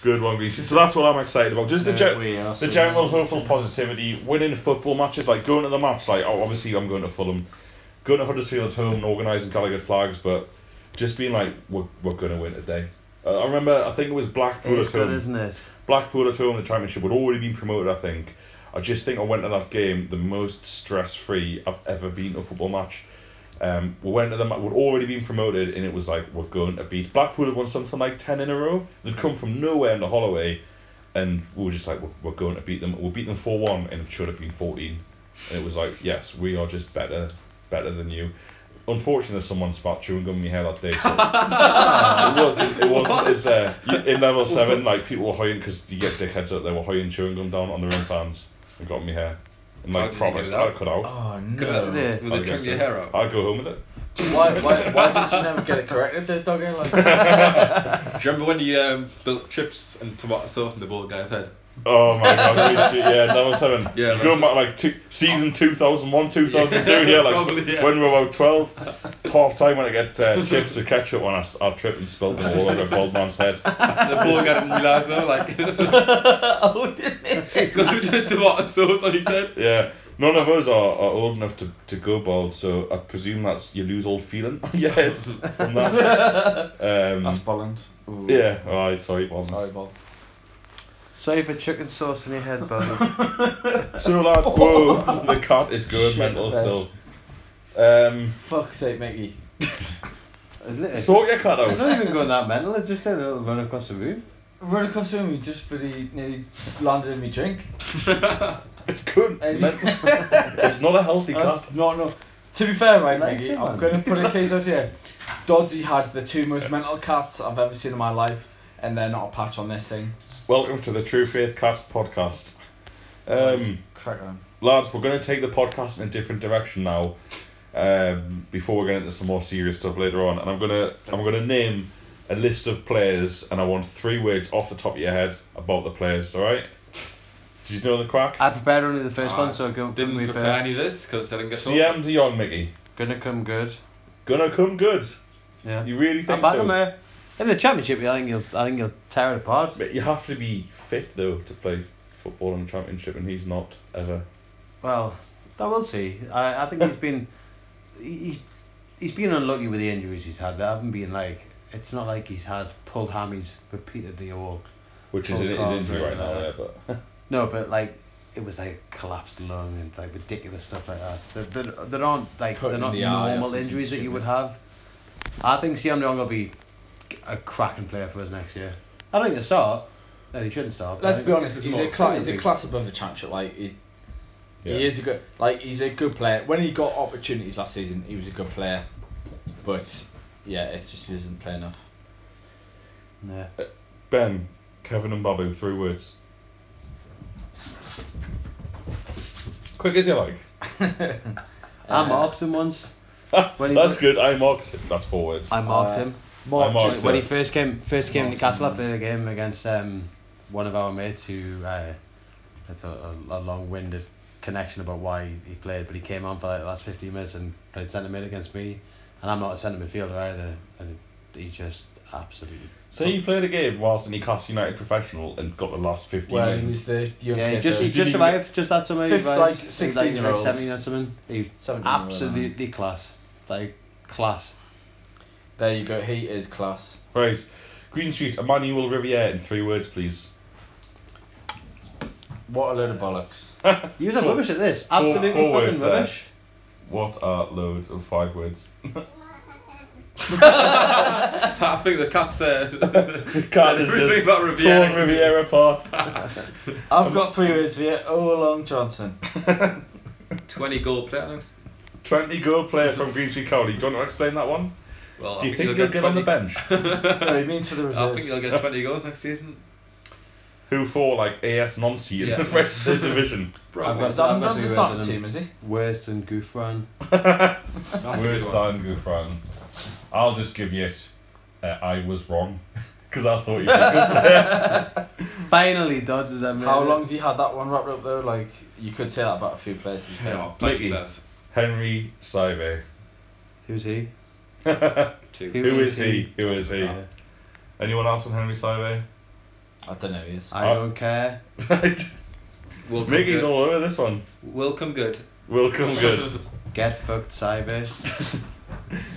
Speaker 1: Good one, Greasy. So that's what I'm excited about. Just the ge-
Speaker 2: We are
Speaker 1: the general
Speaker 2: so-
Speaker 1: hopeful positivity, winning football matches, like going to the match, like oh, obviously I'm going to Fulham, going to Huddersfield at home and organising Gallagher flags, but just being like we're, we're going to win today. Uh, I remember I think it was Blackpool
Speaker 4: It's
Speaker 1: at
Speaker 4: good,
Speaker 1: home.
Speaker 4: isn't it?
Speaker 1: Blackpool at home in the championship would already been promoted. I think. I just think I went to that game the most stress free I've ever been to a football match. Um, we went to the ma- we'd already been promoted, and it was like we're going to beat Blackpool. Had won something like ten in a row. They'd come from nowhere into Holloway, and we were just like we're, we're going to beat them. We'll beat them four one, and it should have been fourteen. And it was like yes, we are just better, better than you. Unfortunately, someone spat chewing gum in my hair that day. So (laughs) uh, it wasn't. It wasn't as uh, you- in level seven. Like people were hoying because you get dickheads out there were hoying chewing gum down on their own fans and got in my hair and
Speaker 3: How
Speaker 1: like
Speaker 3: did you
Speaker 1: proper
Speaker 3: get it
Speaker 1: start
Speaker 3: out?
Speaker 1: cut out.
Speaker 2: Oh
Speaker 3: Good
Speaker 2: no!
Speaker 4: Yeah.
Speaker 3: Will they
Speaker 1: I guess
Speaker 3: trim your
Speaker 1: that's-
Speaker 3: hair
Speaker 1: (laughs)
Speaker 3: out?
Speaker 1: I'd go home with it.
Speaker 2: Why, why, why did you never get it corrected, there, Doggo?
Speaker 3: (laughs)
Speaker 2: Like,
Speaker 3: Do you remember when you um, built chips and tomato sauce in the bald guy's head?
Speaker 1: Oh my god, really shit, yeah, level seven. You're
Speaker 3: Yeah, level
Speaker 1: going back like two, season 2001, 2002, yeah,
Speaker 3: Yeah,
Speaker 1: like
Speaker 3: probably, yeah.
Speaker 1: when we were about 12, half time when I get uh, chips with ketchup on, I, s- I trip and spilt them all over Goldman's head.
Speaker 3: the bald guy didn't realise though, like. (laughs) oh, didn't (laughs) Because we did tomato sauce on his head.
Speaker 1: Yeah, none of us are, are old enough to, to go bald, so I presume that's you lose all feeling (laughs) on your head from that.
Speaker 2: that's
Speaker 1: Um,
Speaker 2: Bolland. Ooh.
Speaker 1: yeah, alright, sorry, it wasn't.
Speaker 2: Sorry, Bob.
Speaker 4: Sorry for chicken sauce in your
Speaker 1: (laughs)
Speaker 4: head, Bob.
Speaker 1: So, lad, whoa, the cat is going
Speaker 2: Shit,
Speaker 1: mental
Speaker 2: best.
Speaker 1: still. Um,
Speaker 2: Fuck's sake, Mickey.
Speaker 4: Isn't it?
Speaker 1: sort your cat
Speaker 4: It's
Speaker 1: out.
Speaker 4: (laughs) not even going that mental. It just did a little run across the room.
Speaker 2: run across the room, he just bloody nearly landed in my drink.
Speaker 1: It's good.
Speaker 2: And
Speaker 1: It's not a healthy cut.
Speaker 2: that's not no. To be fair, right,
Speaker 4: Like
Speaker 2: Maggie,
Speaker 4: him,
Speaker 2: I'm
Speaker 4: man.
Speaker 2: going to put a
Speaker 4: (laughs)
Speaker 2: case out here. Dodgy had the two most mental cats I've ever seen in my life, and they're not a patch on this thing.
Speaker 1: Welcome to the True Faith Cast podcast. Um,
Speaker 2: Crack on.
Speaker 1: lads, we're going to take the podcast in a different direction now. Um, before we get into some more serious stuff later on, and I'm gonna I'm gonna name a list of players, and I want three words off the top of your head about the players. All right? Did you know the crack?
Speaker 4: I prepared only the first
Speaker 3: Ah,
Speaker 4: one, so go
Speaker 3: Didn't
Speaker 4: me
Speaker 3: prepare
Speaker 4: first.
Speaker 3: any of this because I didn't get
Speaker 1: CM De Jong, Mickey.
Speaker 4: Gonna come good.
Speaker 1: Gonna come good.
Speaker 4: Yeah.
Speaker 1: You really
Speaker 4: I'm
Speaker 1: think
Speaker 4: back
Speaker 1: so?
Speaker 4: on there. In the championship, I think you'll, I think you'll tear it apart.
Speaker 1: But you have to be fit though to play football in the championship, and he's not ever.
Speaker 4: Well, I will see. I, I think he's been, he, he- he's been unlucky with the injuries he's had. I haven't been like, it's not like he's had pulled hammies repeatedly or
Speaker 1: Which is
Speaker 4: Oh,
Speaker 1: in his
Speaker 4: God,
Speaker 1: injury right now,
Speaker 4: yeah.
Speaker 1: yeah. But
Speaker 4: no, but like it was like collapsed lung and like ridiculous stuff like that. There, there, there aren't like
Speaker 3: Put
Speaker 4: they're
Speaker 3: in
Speaker 4: not
Speaker 3: the eye or
Speaker 4: normal
Speaker 3: something
Speaker 4: injuries that you would
Speaker 3: stupid.
Speaker 4: have. I think Siam Leong will be a cracking player for us next year. I don't think he'll start. No, he shouldn't start. but I
Speaker 2: Let's
Speaker 4: think-
Speaker 2: be honest,
Speaker 3: it's
Speaker 2: he's
Speaker 3: more
Speaker 2: a class. He's
Speaker 3: crazy.
Speaker 2: a class above the championship. Like he's,
Speaker 1: yeah.
Speaker 2: he is a good. Like he's a good player. When he got opportunities last season, he was a good player, but yeah, it just isn't play enough.
Speaker 4: Yeah.
Speaker 1: Ben, Kevin, and Babu. Three words. Quick as you like. (laughs)
Speaker 4: I
Speaker 2: Uh,
Speaker 4: marked him once. when he
Speaker 1: That's
Speaker 4: was-
Speaker 1: good. I marked. That's four words.
Speaker 4: I marked
Speaker 2: Uh,
Speaker 4: him.
Speaker 1: Mark
Speaker 4: Just
Speaker 1: Marked
Speaker 4: when
Speaker 1: him.
Speaker 4: he first came first came to
Speaker 2: Marked
Speaker 4: Castle, I
Speaker 2: him.
Speaker 4: played a game against um, one of our mates who uh, it's a, a, a long winded connection about why he played, but he came on for like the last fifteen minutes and played centre mid against me, and I'm not a centre midfielder either, and he just absolutely
Speaker 1: So he played a game whilst in Newcastle United professional and got the last fifteen
Speaker 2: Well, he was
Speaker 1: minutes.
Speaker 2: the young
Speaker 4: yeah he
Speaker 2: kid
Speaker 4: just
Speaker 2: though.
Speaker 4: he
Speaker 1: Did
Speaker 4: just
Speaker 1: he-
Speaker 4: arrived just that summer he
Speaker 2: Fifth,
Speaker 4: arrived,
Speaker 2: like,
Speaker 4: he was
Speaker 2: 16-year-old.
Speaker 4: like seventeen or something he was
Speaker 2: 17 year old, man.
Speaker 4: absolutely class like class
Speaker 2: There you go. He is class.
Speaker 1: Right. Green Street, Emmanuel Riviere in three words, please.
Speaker 2: What a load of
Speaker 4: (laughs)
Speaker 2: bollocks.
Speaker 4: he was a
Speaker 1: Four-
Speaker 4: rubbish at this
Speaker 1: four-
Speaker 4: absolutely
Speaker 1: four
Speaker 4: fucking
Speaker 1: words there.
Speaker 4: rubbish
Speaker 1: What a load of five words.
Speaker 3: (laughs)
Speaker 1: (laughs)
Speaker 3: I think the
Speaker 1: (laughs)
Speaker 3: cat's uh,
Speaker 1: Cat is
Speaker 3: (laughs) really
Speaker 1: just
Speaker 3: not
Speaker 1: torn
Speaker 3: Riviera.
Speaker 1: Riviera apart.
Speaker 2: I've got three words for you. Oh, Long Johnson.
Speaker 3: Twenty goal player. next.
Speaker 1: Twenty goal player from Green Street County. Do you want to explain that one?
Speaker 3: Well,
Speaker 1: Do
Speaker 3: I
Speaker 1: you think he'll get on
Speaker 3: 20
Speaker 1: the bench?
Speaker 2: No, he means for the reserves.
Speaker 3: I think he'll get twenty goals next season.
Speaker 1: (laughs) Who for like AS Nancy in
Speaker 3: Yeah.
Speaker 1: the rest of the division?
Speaker 4: I've
Speaker 3: Probably.
Speaker 4: got-
Speaker 2: Is that
Speaker 4: I've got
Speaker 2: Johnson's
Speaker 4: three
Speaker 2: not in the
Speaker 4: words in
Speaker 2: team, is he?
Speaker 4: worse than Goofran
Speaker 3: That's a good
Speaker 1: Worst
Speaker 3: one.
Speaker 1: than Gufran. I'll just give you it. Uh, I was wrong (laughs) because I thought you were
Speaker 3: (laughs)
Speaker 1: a good player.
Speaker 4: finally Dodds is
Speaker 2: How long's he had that one wrapped up though? Like you could say that about a few players. to be fair.
Speaker 3: Yeah, plenty
Speaker 1: Mickey.
Speaker 3: players.
Speaker 1: Henry Saibe.
Speaker 4: Who's he?
Speaker 3: Two.
Speaker 4: Who
Speaker 1: Who is
Speaker 4: is
Speaker 1: he? Who is he?
Speaker 4: Yeah.
Speaker 1: Anyone else on Henry Saibe?
Speaker 2: I don't know who he is.
Speaker 4: I
Speaker 1: Uh,
Speaker 4: don't care.
Speaker 3: Will come
Speaker 1: Mickey's
Speaker 3: good.
Speaker 1: all over this one.
Speaker 3: Will come good.
Speaker 1: Will
Speaker 3: (laughs)
Speaker 1: come (laughs) good.
Speaker 4: Get fucked, Cyber.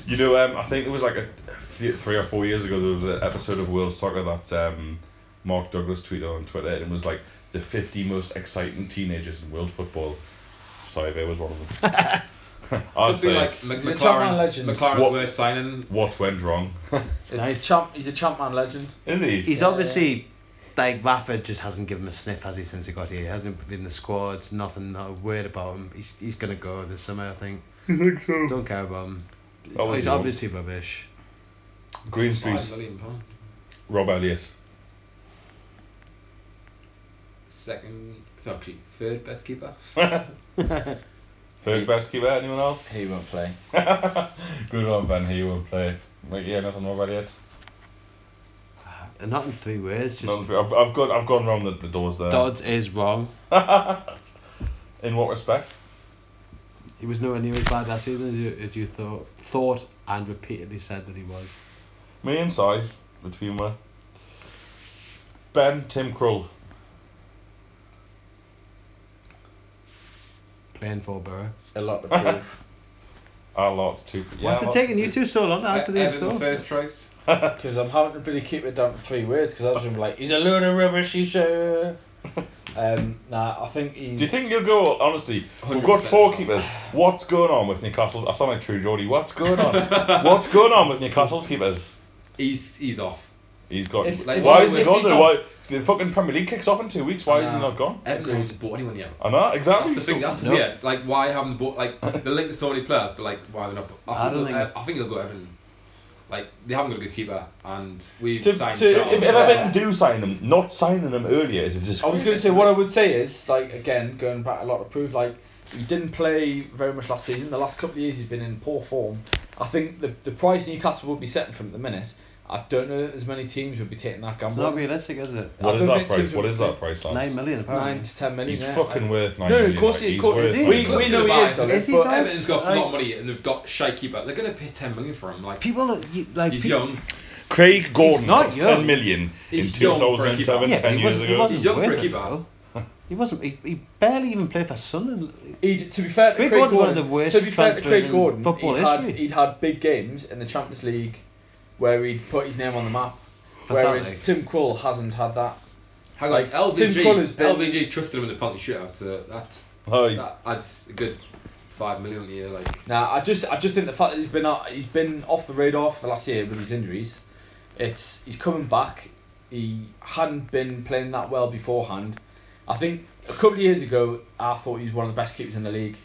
Speaker 1: You know, um, I think it was like a th- three or four years ago. There was an episode of World Soccer that um, Mark Douglas tweeted on Twitter, and it was like the fifty most exciting teenagers in world football. Sorry, there was one of them.
Speaker 3: (laughs)
Speaker 1: (laughs) I'd
Speaker 3: Could be
Speaker 1: say
Speaker 3: like
Speaker 1: it's
Speaker 3: Mc-
Speaker 2: He's a Chapman
Speaker 3: McLaren's,
Speaker 2: legend.
Speaker 3: McLaren's
Speaker 1: What-
Speaker 3: worst signing.
Speaker 1: what went wrong.
Speaker 2: It's
Speaker 4: Nice.
Speaker 2: champ. He's a champ man legend.
Speaker 1: Is he?
Speaker 4: He's
Speaker 2: Yeah.
Speaker 4: obviously like Rafa just hasn't given him a sniff, has he, since he got here? He hasn't been in the squads, nothing, not a word about him. He's, he's gonna go this summer, I think. think so? Don't care about him. He's-
Speaker 1: Obviously
Speaker 4: he's
Speaker 1: won't.
Speaker 4: obviously rubbish.
Speaker 1: Green Street,
Speaker 3: Five million pound.
Speaker 1: Rob Elliott.
Speaker 3: Second, no, actually, third best keeper.
Speaker 1: Third
Speaker 2: He-
Speaker 1: best keeper. Anyone else?
Speaker 2: He won't play.
Speaker 1: Good one, Ben. He will play. Like, yeah, nothing Rob Elliott.
Speaker 4: And not in three words, just
Speaker 1: Nothing- I've, I've gone. I've gone round the, the doors there.
Speaker 4: Dodds is wrong.
Speaker 1: In what respect?
Speaker 4: He was nowhere near as bad last season as you, as you thought, thought and repeatedly said that he was.
Speaker 1: Me and Si, between were Ben, Tim Krull.
Speaker 4: Playing for Borough.
Speaker 2: A lot (laughs) to prove.
Speaker 1: A lot too. Yeah,
Speaker 4: What's
Speaker 1: a
Speaker 4: it
Speaker 1: lot-
Speaker 4: taking you two so long to answer
Speaker 3: E-
Speaker 4: these?
Speaker 3: Evans
Speaker 4: though?
Speaker 3: third choice.
Speaker 2: Because I'm having to really keep it down to three words. Because I was gonna be like, he's a load of rubbish. He's (laughs) a. Um, nah, I think he's.
Speaker 1: Do you think you'll go? Honestly, we have got
Speaker 3: 100%
Speaker 1: four keepers. What's going on with Newcastle? I sound (laughs) like True Geordie. What's going on? What's going on with Newcastle's keepers?
Speaker 3: He's he's off.
Speaker 1: He's got.
Speaker 3: If- like,
Speaker 1: why
Speaker 3: if-
Speaker 1: is he
Speaker 3: if
Speaker 1: gone?
Speaker 3: he's
Speaker 1: to-
Speaker 3: not-
Speaker 1: Why the fucking Premier League kicks off in two weeks? Why is he
Speaker 4: I know.
Speaker 1: not gone?
Speaker 3: Everyone's bought anyone yet.
Speaker 1: I know exactly.
Speaker 3: That's the thing.
Speaker 1: So-
Speaker 3: That's
Speaker 4: No.
Speaker 3: weird. Like, why haven't they bought
Speaker 4: (laughs)
Speaker 3: like the link to so many players? But like, why they're not?
Speaker 4: I
Speaker 3: I think,
Speaker 4: don't
Speaker 3: they'll-
Speaker 4: think-
Speaker 3: uh, I think they'll go Everton. Like, they haven't got a good keeper, and we've
Speaker 1: To,
Speaker 3: signed.
Speaker 1: to,
Speaker 3: Salah.
Speaker 1: if, if Everton do sign him, not signing him earlier is a
Speaker 2: I
Speaker 1: disgrace.
Speaker 2: was going to say what I would say is like again going back a lot to prove like he didn't play very much last season. The last couple of years he's been in poor form. I think the the price Newcastle will be setting for him at the minute. I don't know that as many teams would be taking that
Speaker 4: It's not
Speaker 2: gamble.
Speaker 4: realistic, is it?
Speaker 1: What
Speaker 2: I
Speaker 1: is
Speaker 2: don't
Speaker 1: that
Speaker 2: think
Speaker 1: price?
Speaker 2: teams
Speaker 1: What
Speaker 2: would-
Speaker 1: is that price, lads?
Speaker 4: Nine million
Speaker 2: Nine
Speaker 4: apparently.
Speaker 2: to ten million.
Speaker 1: He's
Speaker 2: yeah.
Speaker 1: fucking worth nine
Speaker 2: No,
Speaker 1: million.
Speaker 2: of course
Speaker 1: like,
Speaker 2: he-
Speaker 1: he's
Speaker 2: of course-
Speaker 1: worth
Speaker 4: is he?
Speaker 1: nine
Speaker 2: We,
Speaker 1: million.
Speaker 2: we
Speaker 3: Look
Speaker 2: know
Speaker 3: at
Speaker 2: he
Speaker 3: the
Speaker 2: is,
Speaker 3: buy.
Speaker 2: though,
Speaker 4: Is he
Speaker 2: but-
Speaker 4: though?
Speaker 3: Everton's got
Speaker 4: Like-
Speaker 3: a lot of money and they've got shy keeper. They're gonna pay ten million for him. Like,
Speaker 4: People, are, you, like
Speaker 3: he's
Speaker 4: pe-
Speaker 3: young.
Speaker 1: Craig Gordon
Speaker 4: not
Speaker 1: cost
Speaker 4: young.
Speaker 1: 10 million in
Speaker 3: He's young for a
Speaker 1: 2007,
Speaker 4: Yeah, but
Speaker 1: 10
Speaker 4: he
Speaker 1: years
Speaker 4: wasn't- he
Speaker 1: ago.
Speaker 4: wasn't
Speaker 3: He's young
Speaker 4: worth
Speaker 3: for a
Speaker 4: it,
Speaker 3: keeper.
Speaker 4: though. He wasn't. He, he barely even played for Sunderland.
Speaker 2: He, to be fair, to Craig,
Speaker 4: Craig Gordon's
Speaker 2: Gordon,
Speaker 4: one of the worst
Speaker 2: to be fair to
Speaker 4: transfers
Speaker 2: Craig
Speaker 4: in
Speaker 2: Gordon,
Speaker 4: football
Speaker 2: he'd had,
Speaker 4: history.
Speaker 2: he'd had big games in the Champions League where he'd put his name on the map,
Speaker 4: For
Speaker 2: whereas
Speaker 4: Celtic.
Speaker 2: Tim Krull hasn't had that.
Speaker 3: Hang
Speaker 2: Like,
Speaker 3: on, LVG.
Speaker 2: Tim Collin's been-
Speaker 3: LVG trusted him in the penalty shootout, so that's
Speaker 1: Hi.
Speaker 3: that adds a good five million a year. Like,
Speaker 2: Now, I just, I just think the fact that he's been, out, he's been off the radar for the last year with his injuries, it's he's coming back. He hadn't been playing that well beforehand. I think a couple of years ago, I thought he was one of the best keepers in the league,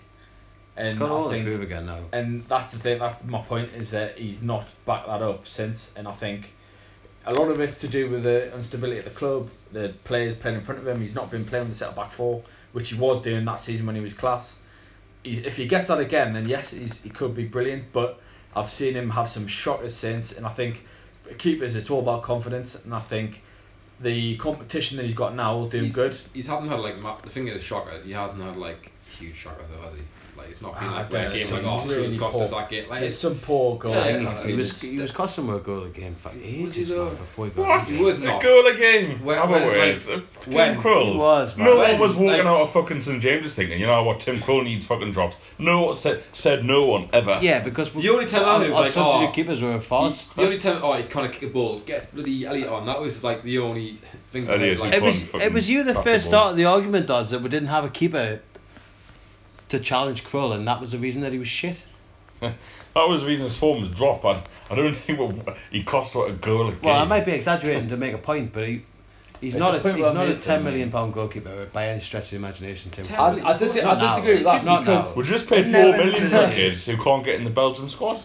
Speaker 2: and
Speaker 4: He's got
Speaker 2: I
Speaker 4: all the
Speaker 2: think
Speaker 4: proof again now.
Speaker 2: and that's the thing. That's my point is that he's not backed that up since, and I think a lot of it's to do with the instability of the club, the players playing in front of him. He's not been playing the set of back four, which he was doing that season when he was class. He, if he gets that again, then yes, he's, he could be brilliant. But I've seen him have some shockers since, and I think keepers it's all about confidence, and I think the competition that he's got now will do him
Speaker 3: he's,
Speaker 2: good.
Speaker 3: He's haven't had like ma- the thing is shocker is he hasn't had like huge shockers though, has he? Like it's not been
Speaker 2: Ah, I
Speaker 3: like where
Speaker 2: don't
Speaker 3: a game
Speaker 2: know,
Speaker 3: like
Speaker 2: it's
Speaker 3: Arsenal has
Speaker 2: really
Speaker 3: got
Speaker 2: poor.
Speaker 3: us that game. Like
Speaker 2: It's
Speaker 3: it's
Speaker 2: some poor goal.
Speaker 3: Yeah,
Speaker 4: He-
Speaker 3: yeah,
Speaker 4: he was
Speaker 3: yeah.
Speaker 4: he was costing him a goal a game for ages
Speaker 3: he
Speaker 4: man,
Speaker 3: though?
Speaker 4: before he got
Speaker 1: What?
Speaker 4: injured.
Speaker 3: He would not.
Speaker 1: A goal a game.
Speaker 3: Where-
Speaker 1: Have a
Speaker 3: where-
Speaker 1: word.
Speaker 3: like,
Speaker 1: Tim
Speaker 3: when-
Speaker 4: He
Speaker 1: Krull.
Speaker 4: was man.
Speaker 1: No
Speaker 3: When-
Speaker 1: one was walking
Speaker 3: like-
Speaker 1: out of fucking St James's thinking, you know what, Tim Krull needs fucking drops. No, said, said no one ever.
Speaker 4: Yeah, because we-
Speaker 3: The only time I
Speaker 4: our-
Speaker 3: was
Speaker 4: our
Speaker 3: like,
Speaker 4: substitute
Speaker 3: oh,
Speaker 4: keepers were a farce.
Speaker 3: the only time oh he can't kick a ball. Get bloody Elliot on. That was like the only thing. That
Speaker 1: Elliot,
Speaker 3: like,
Speaker 4: It
Speaker 1: Come on,
Speaker 4: was
Speaker 1: fucking
Speaker 4: it was you that
Speaker 1: crack
Speaker 4: first
Speaker 1: the ball.
Speaker 4: started the argument, Dodds, that we didn't have a keeper to challenge Krull, and that was the reason that he was shit.
Speaker 1: That was the reason his form was dropped, but I don't (laughs) think we- he cost what a goal a game.
Speaker 4: Well, I might be exaggerating to make a point, but he. He's
Speaker 2: It's
Speaker 4: not
Speaker 2: a
Speaker 4: a,
Speaker 2: point
Speaker 4: he's
Speaker 2: well
Speaker 4: not a
Speaker 2: made,
Speaker 4: ten
Speaker 2: though,
Speaker 4: million pound goalkeeper by any stretch of the imagination. Tim,
Speaker 3: Ten-
Speaker 2: I, I, dis- I
Speaker 4: Not now.
Speaker 2: disagree with that
Speaker 4: Not now.
Speaker 2: because
Speaker 1: We just paid
Speaker 4: Never
Speaker 1: four million for a
Speaker 4: mind.
Speaker 1: kid who can't get in the Belgium squad.
Speaker 4: that's,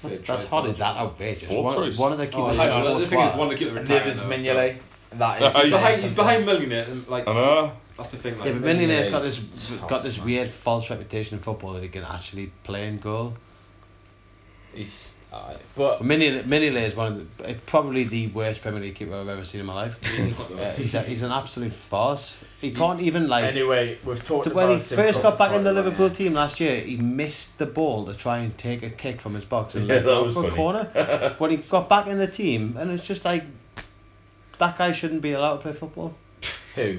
Speaker 3: Fair
Speaker 4: that's
Speaker 3: try,
Speaker 4: hardly
Speaker 3: Dodds.
Speaker 4: that outrageous.
Speaker 1: Poor
Speaker 4: One,
Speaker 1: choice.
Speaker 4: one of the
Speaker 2: Oh,
Speaker 4: keepers.
Speaker 2: hang
Speaker 4: is
Speaker 2: on,
Speaker 4: called
Speaker 3: the thing is,
Speaker 4: Twat.
Speaker 3: one to keep the
Speaker 2: and the others
Speaker 3: retired.
Speaker 2: Mignolet. That is
Speaker 1: Yeah,
Speaker 3: He's
Speaker 1: Yeah,
Speaker 3: behind, he's behind millionaire, and like
Speaker 1: I know.
Speaker 3: that's the thing. Like,
Speaker 4: Yeah, but
Speaker 2: Mignolet
Speaker 4: Mignolet's got
Speaker 2: is
Speaker 4: this
Speaker 2: tough,
Speaker 4: got this
Speaker 2: man.
Speaker 4: weird false reputation in football that he can actually play and goal.
Speaker 2: He's, uh, but
Speaker 4: Mignolet, Mignolet is one of the, eh, probably the worst Premier League keeper I've ever seen in
Speaker 2: (laughs)
Speaker 4: my life. Yeah, he's, a, he's an absolute farce. He can't even like
Speaker 2: anyway, we've talked
Speaker 4: to-
Speaker 2: about
Speaker 4: when he
Speaker 2: Tim
Speaker 4: first
Speaker 2: Cook
Speaker 4: got back in the
Speaker 2: before,
Speaker 4: Liverpool
Speaker 2: yeah.
Speaker 4: team last year, he missed the ball to try and take a kick from his box and
Speaker 1: Yeah,
Speaker 4: let it
Speaker 1: that
Speaker 4: out
Speaker 1: was
Speaker 4: for a
Speaker 1: funny.
Speaker 4: corner. when he got back in the team, and it's just like that guy shouldn't be allowed to play football.
Speaker 2: Who?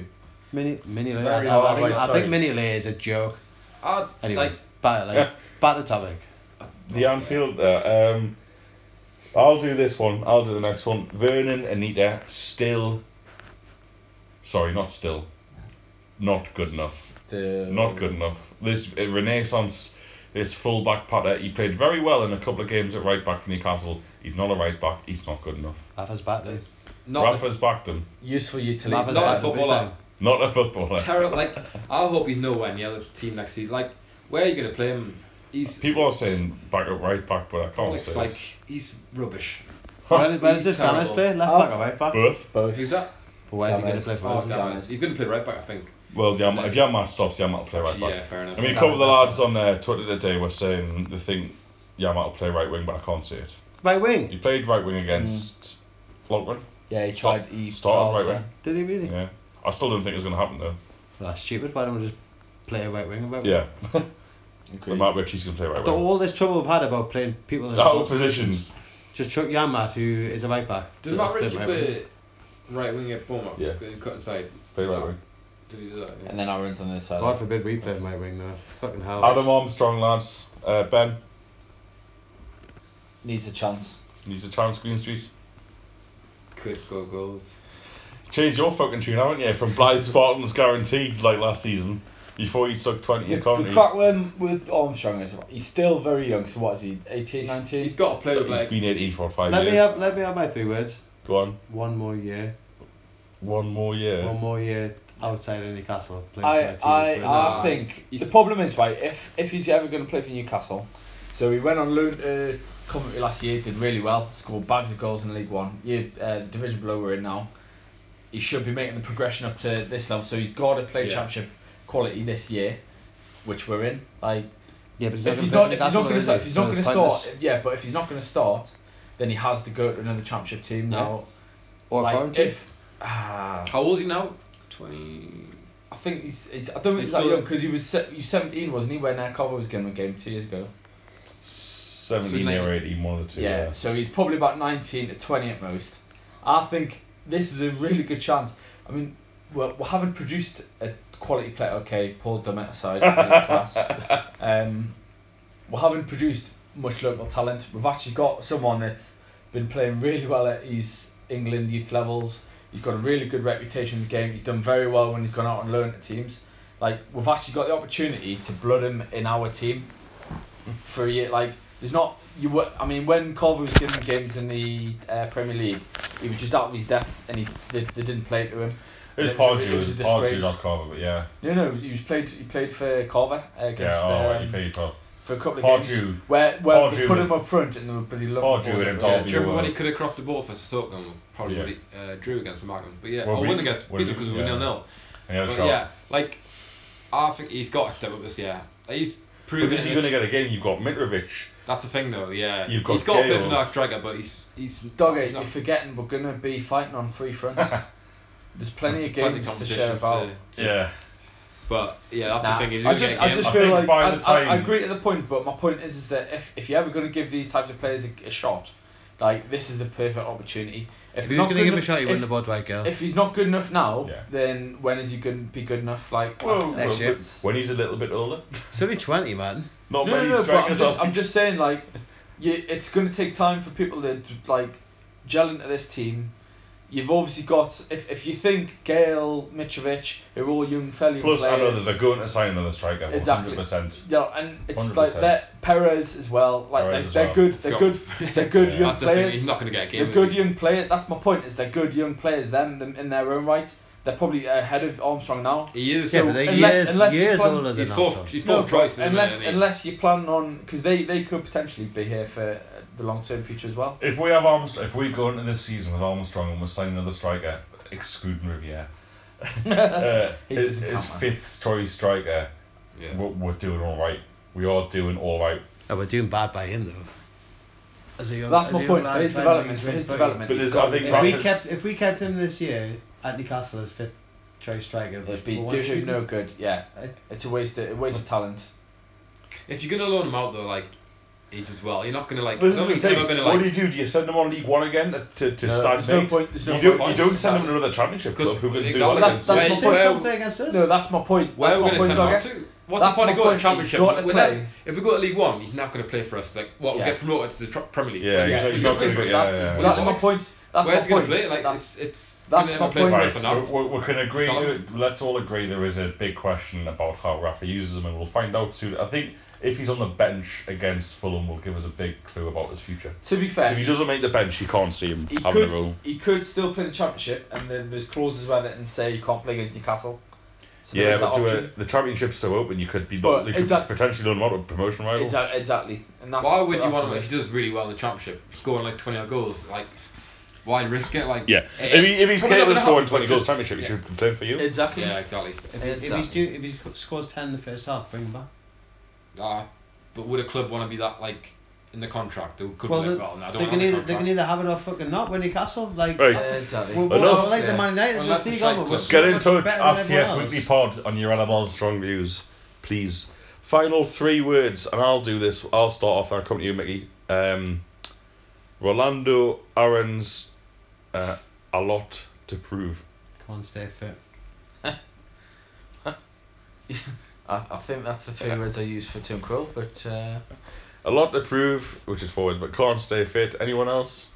Speaker 4: Mini, Mignolet.
Speaker 2: Very
Speaker 4: I, I,
Speaker 2: well,
Speaker 4: I think,
Speaker 2: right,
Speaker 4: I think
Speaker 2: sorry.
Speaker 4: Mignolet is a joke.
Speaker 3: I,
Speaker 4: Anyway,
Speaker 3: like,
Speaker 4: back like back to topic.
Speaker 1: The Anfield. Uh, um, I'll do this one. I'll do the next one. Vernon Anita still. Sorry, not still. Not good enough.
Speaker 2: The um,
Speaker 1: Not good enough. This uh, Renaissance, this full back patter. He played very well in a couple of games at right back for Newcastle. He's not a right back. He's not good enough.
Speaker 4: Rafa's back there.
Speaker 3: not
Speaker 1: Rafa's backed him.
Speaker 2: Useful utility.
Speaker 4: Rafa's
Speaker 3: not
Speaker 2: player.
Speaker 3: a
Speaker 4: back at the big
Speaker 3: footballer.
Speaker 4: time.
Speaker 1: Not a footballer.
Speaker 3: terrible. Like, I hope he's nowhere near the team next season. Like, where are you gonna play him? He's
Speaker 1: People are saying back at right back, but I can't
Speaker 3: it's
Speaker 1: say.
Speaker 3: like
Speaker 1: this.
Speaker 3: he's rubbish.
Speaker 4: Where, where does
Speaker 3: He's
Speaker 4: this Gammers
Speaker 3: terrible.
Speaker 4: play? Left
Speaker 2: I've-
Speaker 4: back or right back?
Speaker 1: Both.
Speaker 2: Both.
Speaker 3: Who's that?
Speaker 4: But where's he going to
Speaker 2: Gammers.
Speaker 4: play for
Speaker 3: Oh,
Speaker 4: us?
Speaker 2: Wasn't
Speaker 3: damn it.
Speaker 2: Gammers.
Speaker 3: He's gonna play right back, I think.
Speaker 1: Well, Yama, if Yama stops, Yama will play right back.
Speaker 3: Yeah, fair enough.
Speaker 1: I mean, a couple of the lads on uh, Twitter today were saying the thing Yama will play right wing, but I can't see it.
Speaker 4: Right wing.
Speaker 1: He played right wing against Logren.
Speaker 2: Yeah, he tried. He
Speaker 1: Started
Speaker 2: tried,
Speaker 1: right wing.
Speaker 4: Did he really?
Speaker 1: Yeah. I still don't think it's going to happen though.
Speaker 4: Well, that's stupid. Why don't we just play a right wing? About
Speaker 1: Yeah,
Speaker 2: yeah.
Speaker 1: but
Speaker 2: Agreed.
Speaker 1: Matt Ritchie's going to play right
Speaker 4: After
Speaker 1: wing.
Speaker 4: all this trouble I've had about playing people in
Speaker 1: Out
Speaker 4: false
Speaker 1: of positions.
Speaker 4: just chuck Yamat, who is a right back.
Speaker 3: Did Matt Ritchie play right wing at Bournemouth?
Speaker 1: Yeah.
Speaker 3: Cut inside.
Speaker 1: Play right wing.
Speaker 3: Did he do that? Yeah.
Speaker 2: And then I went on this side.
Speaker 4: God forbid we play right wing now. Fucking hell.
Speaker 1: Adam Armstrong, lads. Uh, ben
Speaker 2: Needs a chance.
Speaker 1: needs a chance. Green Street.
Speaker 3: Could go goals.
Speaker 1: Change your fucking tune, haven't you? From Blythe Spartans guaranteed like last season. Before you sucked twenty in
Speaker 2: the
Speaker 1: Coventry.
Speaker 2: crack when with Armstrong is he's still very young. So what is he? 18,
Speaker 3: He's
Speaker 2: 19?
Speaker 3: got to play with
Speaker 1: He's
Speaker 3: like.
Speaker 1: been eighteen for five
Speaker 4: Let
Speaker 1: years.
Speaker 4: me have let me have my three words.
Speaker 1: Go on.
Speaker 4: One more year.
Speaker 1: One more year.
Speaker 4: One more year outside of Newcastle. playing for
Speaker 2: I,
Speaker 4: a team for
Speaker 2: I, uh, I
Speaker 4: us.
Speaker 2: think the problem is right. If if he's ever going to play for Newcastle, so he went on loan to Coventry last year, did really well, scored bags of goals in League One. Yeah, uh, the division below we're in now. He should be making the progression up to this level. So he's got to play
Speaker 3: Yeah.
Speaker 2: Championship quality this year, which we're in. Like
Speaker 4: Yeah, but
Speaker 2: if he's not if he's not going to if he's not going to start, yeah, but if he's not going to start, then he has to go to another Championship team
Speaker 4: Yeah.
Speaker 2: now.
Speaker 4: or
Speaker 2: like,
Speaker 4: foreign team.
Speaker 2: if ah.
Speaker 3: How old is he now? Twenty.
Speaker 2: I think he's, he's I don't think
Speaker 3: He's
Speaker 2: he's that
Speaker 3: still-
Speaker 2: young because he was se- he was seventeen, wasn't he, when uh, Carver was getting a game two years ago.
Speaker 1: 17
Speaker 3: So
Speaker 1: or
Speaker 3: nine-
Speaker 1: 18, one of the two.
Speaker 2: Yeah, so he's probably about nineteen to twenty at most. I think this is a really good chance. I mean, we're, we haven't produced a quality player. Okay, Paul Dummett aside, he's class. Um, we haven't produced much local talent. We've actually got someone that's been playing really well at his England youth levels. He's got a really good reputation in the game. He's done very well when he's gone out on loan to teams. Like we've actually got the opportunity to blood him in our team for a year. Like there's not you. Were, I mean, when Colville was given games in the uh, Premier League, he was just out of his depth, and he they, they didn't play to him.
Speaker 1: It was
Speaker 2: It was a-
Speaker 1: Pardew,
Speaker 2: it
Speaker 1: it
Speaker 2: was a
Speaker 1: was Pardew,
Speaker 2: disgrace.
Speaker 1: not Carver, but yeah.
Speaker 2: No, no, he was played. He played for Carver against
Speaker 1: Yeah, oh, right, you
Speaker 2: um,
Speaker 1: paid for.
Speaker 2: for a couple of games.
Speaker 1: Pardew,
Speaker 2: Where where
Speaker 1: Pardew
Speaker 2: we put
Speaker 1: was-
Speaker 2: him up front and they were pretty low.
Speaker 1: Pardew and
Speaker 3: Yeah,
Speaker 1: Derby
Speaker 3: do you remember when
Speaker 1: were-
Speaker 3: he could have crossed the ball for Sutton? Probably
Speaker 1: Yeah.
Speaker 3: when he, uh, drew against Markham. But yeah,
Speaker 1: Well,
Speaker 3: or
Speaker 1: we-
Speaker 3: won against
Speaker 1: well,
Speaker 3: Peter because we were
Speaker 1: yeah.
Speaker 3: nil nil.
Speaker 1: and he had a
Speaker 3: But
Speaker 1: shot.
Speaker 3: yeah, like I think he's got to step up this year. Like, He's
Speaker 1: But
Speaker 3: proven.
Speaker 1: is he
Speaker 3: it.
Speaker 1: going to get a game? You've got Mitrovic.
Speaker 3: That's the thing, though. Yeah,
Speaker 1: You've got
Speaker 3: he's got a bit of an
Speaker 1: Gale.
Speaker 3: arc dragger, but he's he's
Speaker 2: Doggy,
Speaker 3: he's
Speaker 2: you're
Speaker 3: not-
Speaker 2: forgetting we're gonna be fighting on
Speaker 1: (laughs)
Speaker 2: three fronts. There's plenty of
Speaker 3: plenty of
Speaker 2: games to
Speaker 3: competition
Speaker 2: share about.
Speaker 3: to-
Speaker 1: Yeah.
Speaker 3: But yeah, that's
Speaker 2: Nah,
Speaker 3: the thing. He's
Speaker 2: I
Speaker 3: gonna
Speaker 2: just,
Speaker 3: get a
Speaker 2: I
Speaker 3: game.
Speaker 2: just
Speaker 1: I
Speaker 2: feel
Speaker 1: think
Speaker 2: like
Speaker 1: by
Speaker 2: I,
Speaker 1: the
Speaker 2: I- I
Speaker 1: time-
Speaker 2: agree to the point, but my point is, is that if, if you're ever going to give these types of players a, a shot, like this is the perfect opportunity. If,
Speaker 4: If
Speaker 2: they're
Speaker 4: he was
Speaker 2: not
Speaker 4: going to
Speaker 2: good
Speaker 4: give him a
Speaker 2: enough-
Speaker 4: shot, he
Speaker 2: if-
Speaker 4: wouldn't have bought White Girl.
Speaker 2: If he's not good enough now,
Speaker 1: Yeah.
Speaker 2: then when is he going to be good enough? Like,
Speaker 1: Well,
Speaker 2: I-
Speaker 4: Next
Speaker 1: well,
Speaker 4: year.
Speaker 2: it's-
Speaker 1: When he's a little bit older.
Speaker 4: It's only 20, man.
Speaker 1: Not
Speaker 2: no,
Speaker 1: many
Speaker 2: no, no, but I'm
Speaker 1: strikers
Speaker 2: just,
Speaker 1: are.
Speaker 2: I'm just saying, like, you, it's going to take time for people to like gel into this team. You've obviously got if, if you think Gail Mitrovic, who are all young fellow
Speaker 1: Plus, I know
Speaker 2: players.
Speaker 1: that they're going to sign another striker.
Speaker 2: Exactly.
Speaker 1: 100%.
Speaker 2: Yeah, and it's
Speaker 1: 100%.
Speaker 2: like that Perez as well. Like
Speaker 1: Perez
Speaker 2: they,
Speaker 1: as
Speaker 2: they're
Speaker 1: well.
Speaker 2: good. They're
Speaker 3: Got-
Speaker 2: good. They're good
Speaker 3: (laughs)
Speaker 1: Yeah.
Speaker 2: young
Speaker 3: That's the thing.
Speaker 2: players.
Speaker 3: He's not going to get a game.
Speaker 2: they're
Speaker 3: is
Speaker 2: good
Speaker 3: he?
Speaker 2: young players. That's my point. Is they're good young players. Them, them in their own right. They're probably ahead of Armstrong now.
Speaker 3: He is.
Speaker 4: Yeah,
Speaker 2: So
Speaker 4: but they're
Speaker 2: unless-
Speaker 4: years,
Speaker 2: unless you
Speaker 4: years
Speaker 2: put-
Speaker 4: older than
Speaker 3: he's
Speaker 4: us,
Speaker 3: fourth.
Speaker 4: though.
Speaker 3: He's
Speaker 2: No,
Speaker 3: fourth choice.
Speaker 2: but
Speaker 3: isn't he,
Speaker 2: unless
Speaker 3: isn't he?
Speaker 2: unless you plan on because they they could potentially be here for uh, the long term future as well.
Speaker 1: If we have Armstrong, if we go into this season with Armstrong and we're signing another striker, excluding Riviere, (laughs) uh,
Speaker 2: He
Speaker 1: his,
Speaker 2: doesn't
Speaker 1: his
Speaker 2: count, man.
Speaker 1: fifth choice striker,
Speaker 3: Yeah.
Speaker 1: we're, we're doing all right. We are doing all right.
Speaker 4: Oh, we're doing bad by him, though. As a young,
Speaker 2: That's
Speaker 4: as
Speaker 2: my
Speaker 4: a
Speaker 2: point
Speaker 4: young
Speaker 2: for
Speaker 4: lad
Speaker 2: his
Speaker 4: trying to
Speaker 2: development.
Speaker 4: make
Speaker 2: For his
Speaker 4: big
Speaker 2: development,
Speaker 1: But
Speaker 2: he's
Speaker 1: there's- I
Speaker 2: got-
Speaker 1: think
Speaker 4: If we
Speaker 1: Rashford-
Speaker 4: kept if we kept him this year at Newcastle as fifth choice striker,
Speaker 2: it'd be
Speaker 4: we won't
Speaker 2: do
Speaker 4: shoot
Speaker 2: him no good. Yeah,
Speaker 4: I-
Speaker 2: it's a waste. Of, a waste of talent.
Speaker 3: If you're going to loan him out though, like he does well. You're not going to like.
Speaker 1: This is the
Speaker 3: nobody's
Speaker 1: thing.
Speaker 3: ever going to
Speaker 1: what do
Speaker 3: like.
Speaker 1: you do? Do you send them on League One again to, to, to
Speaker 2: No, there's no
Speaker 1: stagnate?
Speaker 2: point. There's no
Speaker 1: you, don't,
Speaker 2: point.
Speaker 1: you don't send them to another championship
Speaker 3: Because-
Speaker 1: club who can do
Speaker 3: exactly.
Speaker 1: well
Speaker 2: That's-
Speaker 1: against
Speaker 2: that's
Speaker 4: Why
Speaker 2: my
Speaker 4: should
Speaker 3: point.
Speaker 1: uh,
Speaker 4: Fulham play against us?
Speaker 2: No, that's my point.
Speaker 3: Where are
Speaker 2: that's my
Speaker 3: we going to
Speaker 2: point,
Speaker 3: send him
Speaker 2: Dogger.
Speaker 3: out to? What's
Speaker 2: That's
Speaker 3: the point
Speaker 2: my
Speaker 3: of going to
Speaker 2: point, he's
Speaker 3: championship?
Speaker 2: got to
Speaker 3: We're never-
Speaker 2: play.
Speaker 3: If we go to League One, he's not going to play for us. Like, what?
Speaker 2: Yeah.
Speaker 3: We get promoted to the tr- Premier League.
Speaker 1: Yeah,
Speaker 3: Where's
Speaker 1: he's
Speaker 3: he-
Speaker 1: not- he's
Speaker 3: gonna
Speaker 1: not
Speaker 3: play
Speaker 1: gonna
Speaker 3: for
Speaker 1: get-
Speaker 3: us?
Speaker 1: yeah,
Speaker 2: that's
Speaker 1: yeah,
Speaker 2: exactly
Speaker 1: yeah.
Speaker 2: my point. That's
Speaker 3: Where's
Speaker 2: my
Speaker 3: he going
Speaker 2: point.
Speaker 3: to play? Like,
Speaker 2: That's-
Speaker 3: it's it's
Speaker 2: that's
Speaker 3: going to
Speaker 2: my
Speaker 3: ever play for
Speaker 2: point.
Speaker 3: us
Speaker 1: Right,
Speaker 3: or not?
Speaker 1: we, we, we can agree.
Speaker 3: Solomon.
Speaker 1: Let's all agree there is a big question about how Rafa uses him, and we'll find out soon. I think if he's on the bench against Fulham, will give us a big clue about his future.
Speaker 2: To be
Speaker 1: So if he
Speaker 2: fair,
Speaker 1: doesn't make the bench, you can't see him
Speaker 2: He
Speaker 1: having
Speaker 2: could-
Speaker 1: a role.
Speaker 2: he could still play the championship, and then there's clauses where it and say you can't play against Newcastle. So there
Speaker 1: yeah,
Speaker 2: is
Speaker 1: but
Speaker 2: that
Speaker 1: do
Speaker 2: option.
Speaker 1: it- the championship's so open, you could be
Speaker 2: But
Speaker 1: not, you could
Speaker 2: exact-
Speaker 1: potentially loan him out of promotion rival.
Speaker 2: Exa- exactly. And that's,
Speaker 3: Why would you
Speaker 2: that's
Speaker 3: want
Speaker 2: the
Speaker 3: him
Speaker 2: way.
Speaker 3: if he does really well in the championship, scoring like twenty odd goals? Like, why risk it? Like,
Speaker 1: Yeah,
Speaker 3: it-
Speaker 1: if, he,
Speaker 3: it's
Speaker 1: if he's
Speaker 3: probably
Speaker 1: capable of scoring
Speaker 3: not gonna happen,
Speaker 1: twenty
Speaker 3: but
Speaker 1: goals
Speaker 3: just-
Speaker 1: championship, he should be playing for you.
Speaker 2: Exactly.
Speaker 3: Yeah, exactly.
Speaker 4: If, he- if he's
Speaker 2: Exactly.
Speaker 4: do, if he sc- scores ten in the first half, bring him back.
Speaker 3: Ah, but would a club want to be that like in the contract? They could
Speaker 4: Well,
Speaker 3: be like,
Speaker 4: they-
Speaker 3: well, no, I
Speaker 4: They
Speaker 3: don't
Speaker 4: can
Speaker 3: want
Speaker 4: either
Speaker 3: the
Speaker 4: they can
Speaker 3: contract.
Speaker 4: either have it or fucking not. When Newcastle, like
Speaker 1: Right.
Speaker 4: that's-
Speaker 2: Yeah, exactly.
Speaker 4: we're, we're
Speaker 1: Enough.
Speaker 4: like
Speaker 2: Yeah.
Speaker 4: the Man United,
Speaker 3: Unless
Speaker 4: just
Speaker 3: it's
Speaker 4: see
Speaker 3: like
Speaker 4: Gomez,
Speaker 3: club.
Speaker 4: we're
Speaker 1: Get
Speaker 4: so
Speaker 1: in
Speaker 4: much
Speaker 1: touch
Speaker 4: better
Speaker 1: at
Speaker 4: than
Speaker 1: TF
Speaker 4: everyone
Speaker 1: Weekly
Speaker 4: else.
Speaker 1: Pod on your Adam Armstrong views, please. Final three words, and I'll do this. I'll start off. I'll come to you, Mickey. Um, Rolando Aaron's uh, a lot to prove.
Speaker 4: Can't stay fit.
Speaker 2: I, I think that's the three words I use for Tim Quill, but uh,
Speaker 1: A lot to prove, which is forwards, but can't stay fit. Anyone else?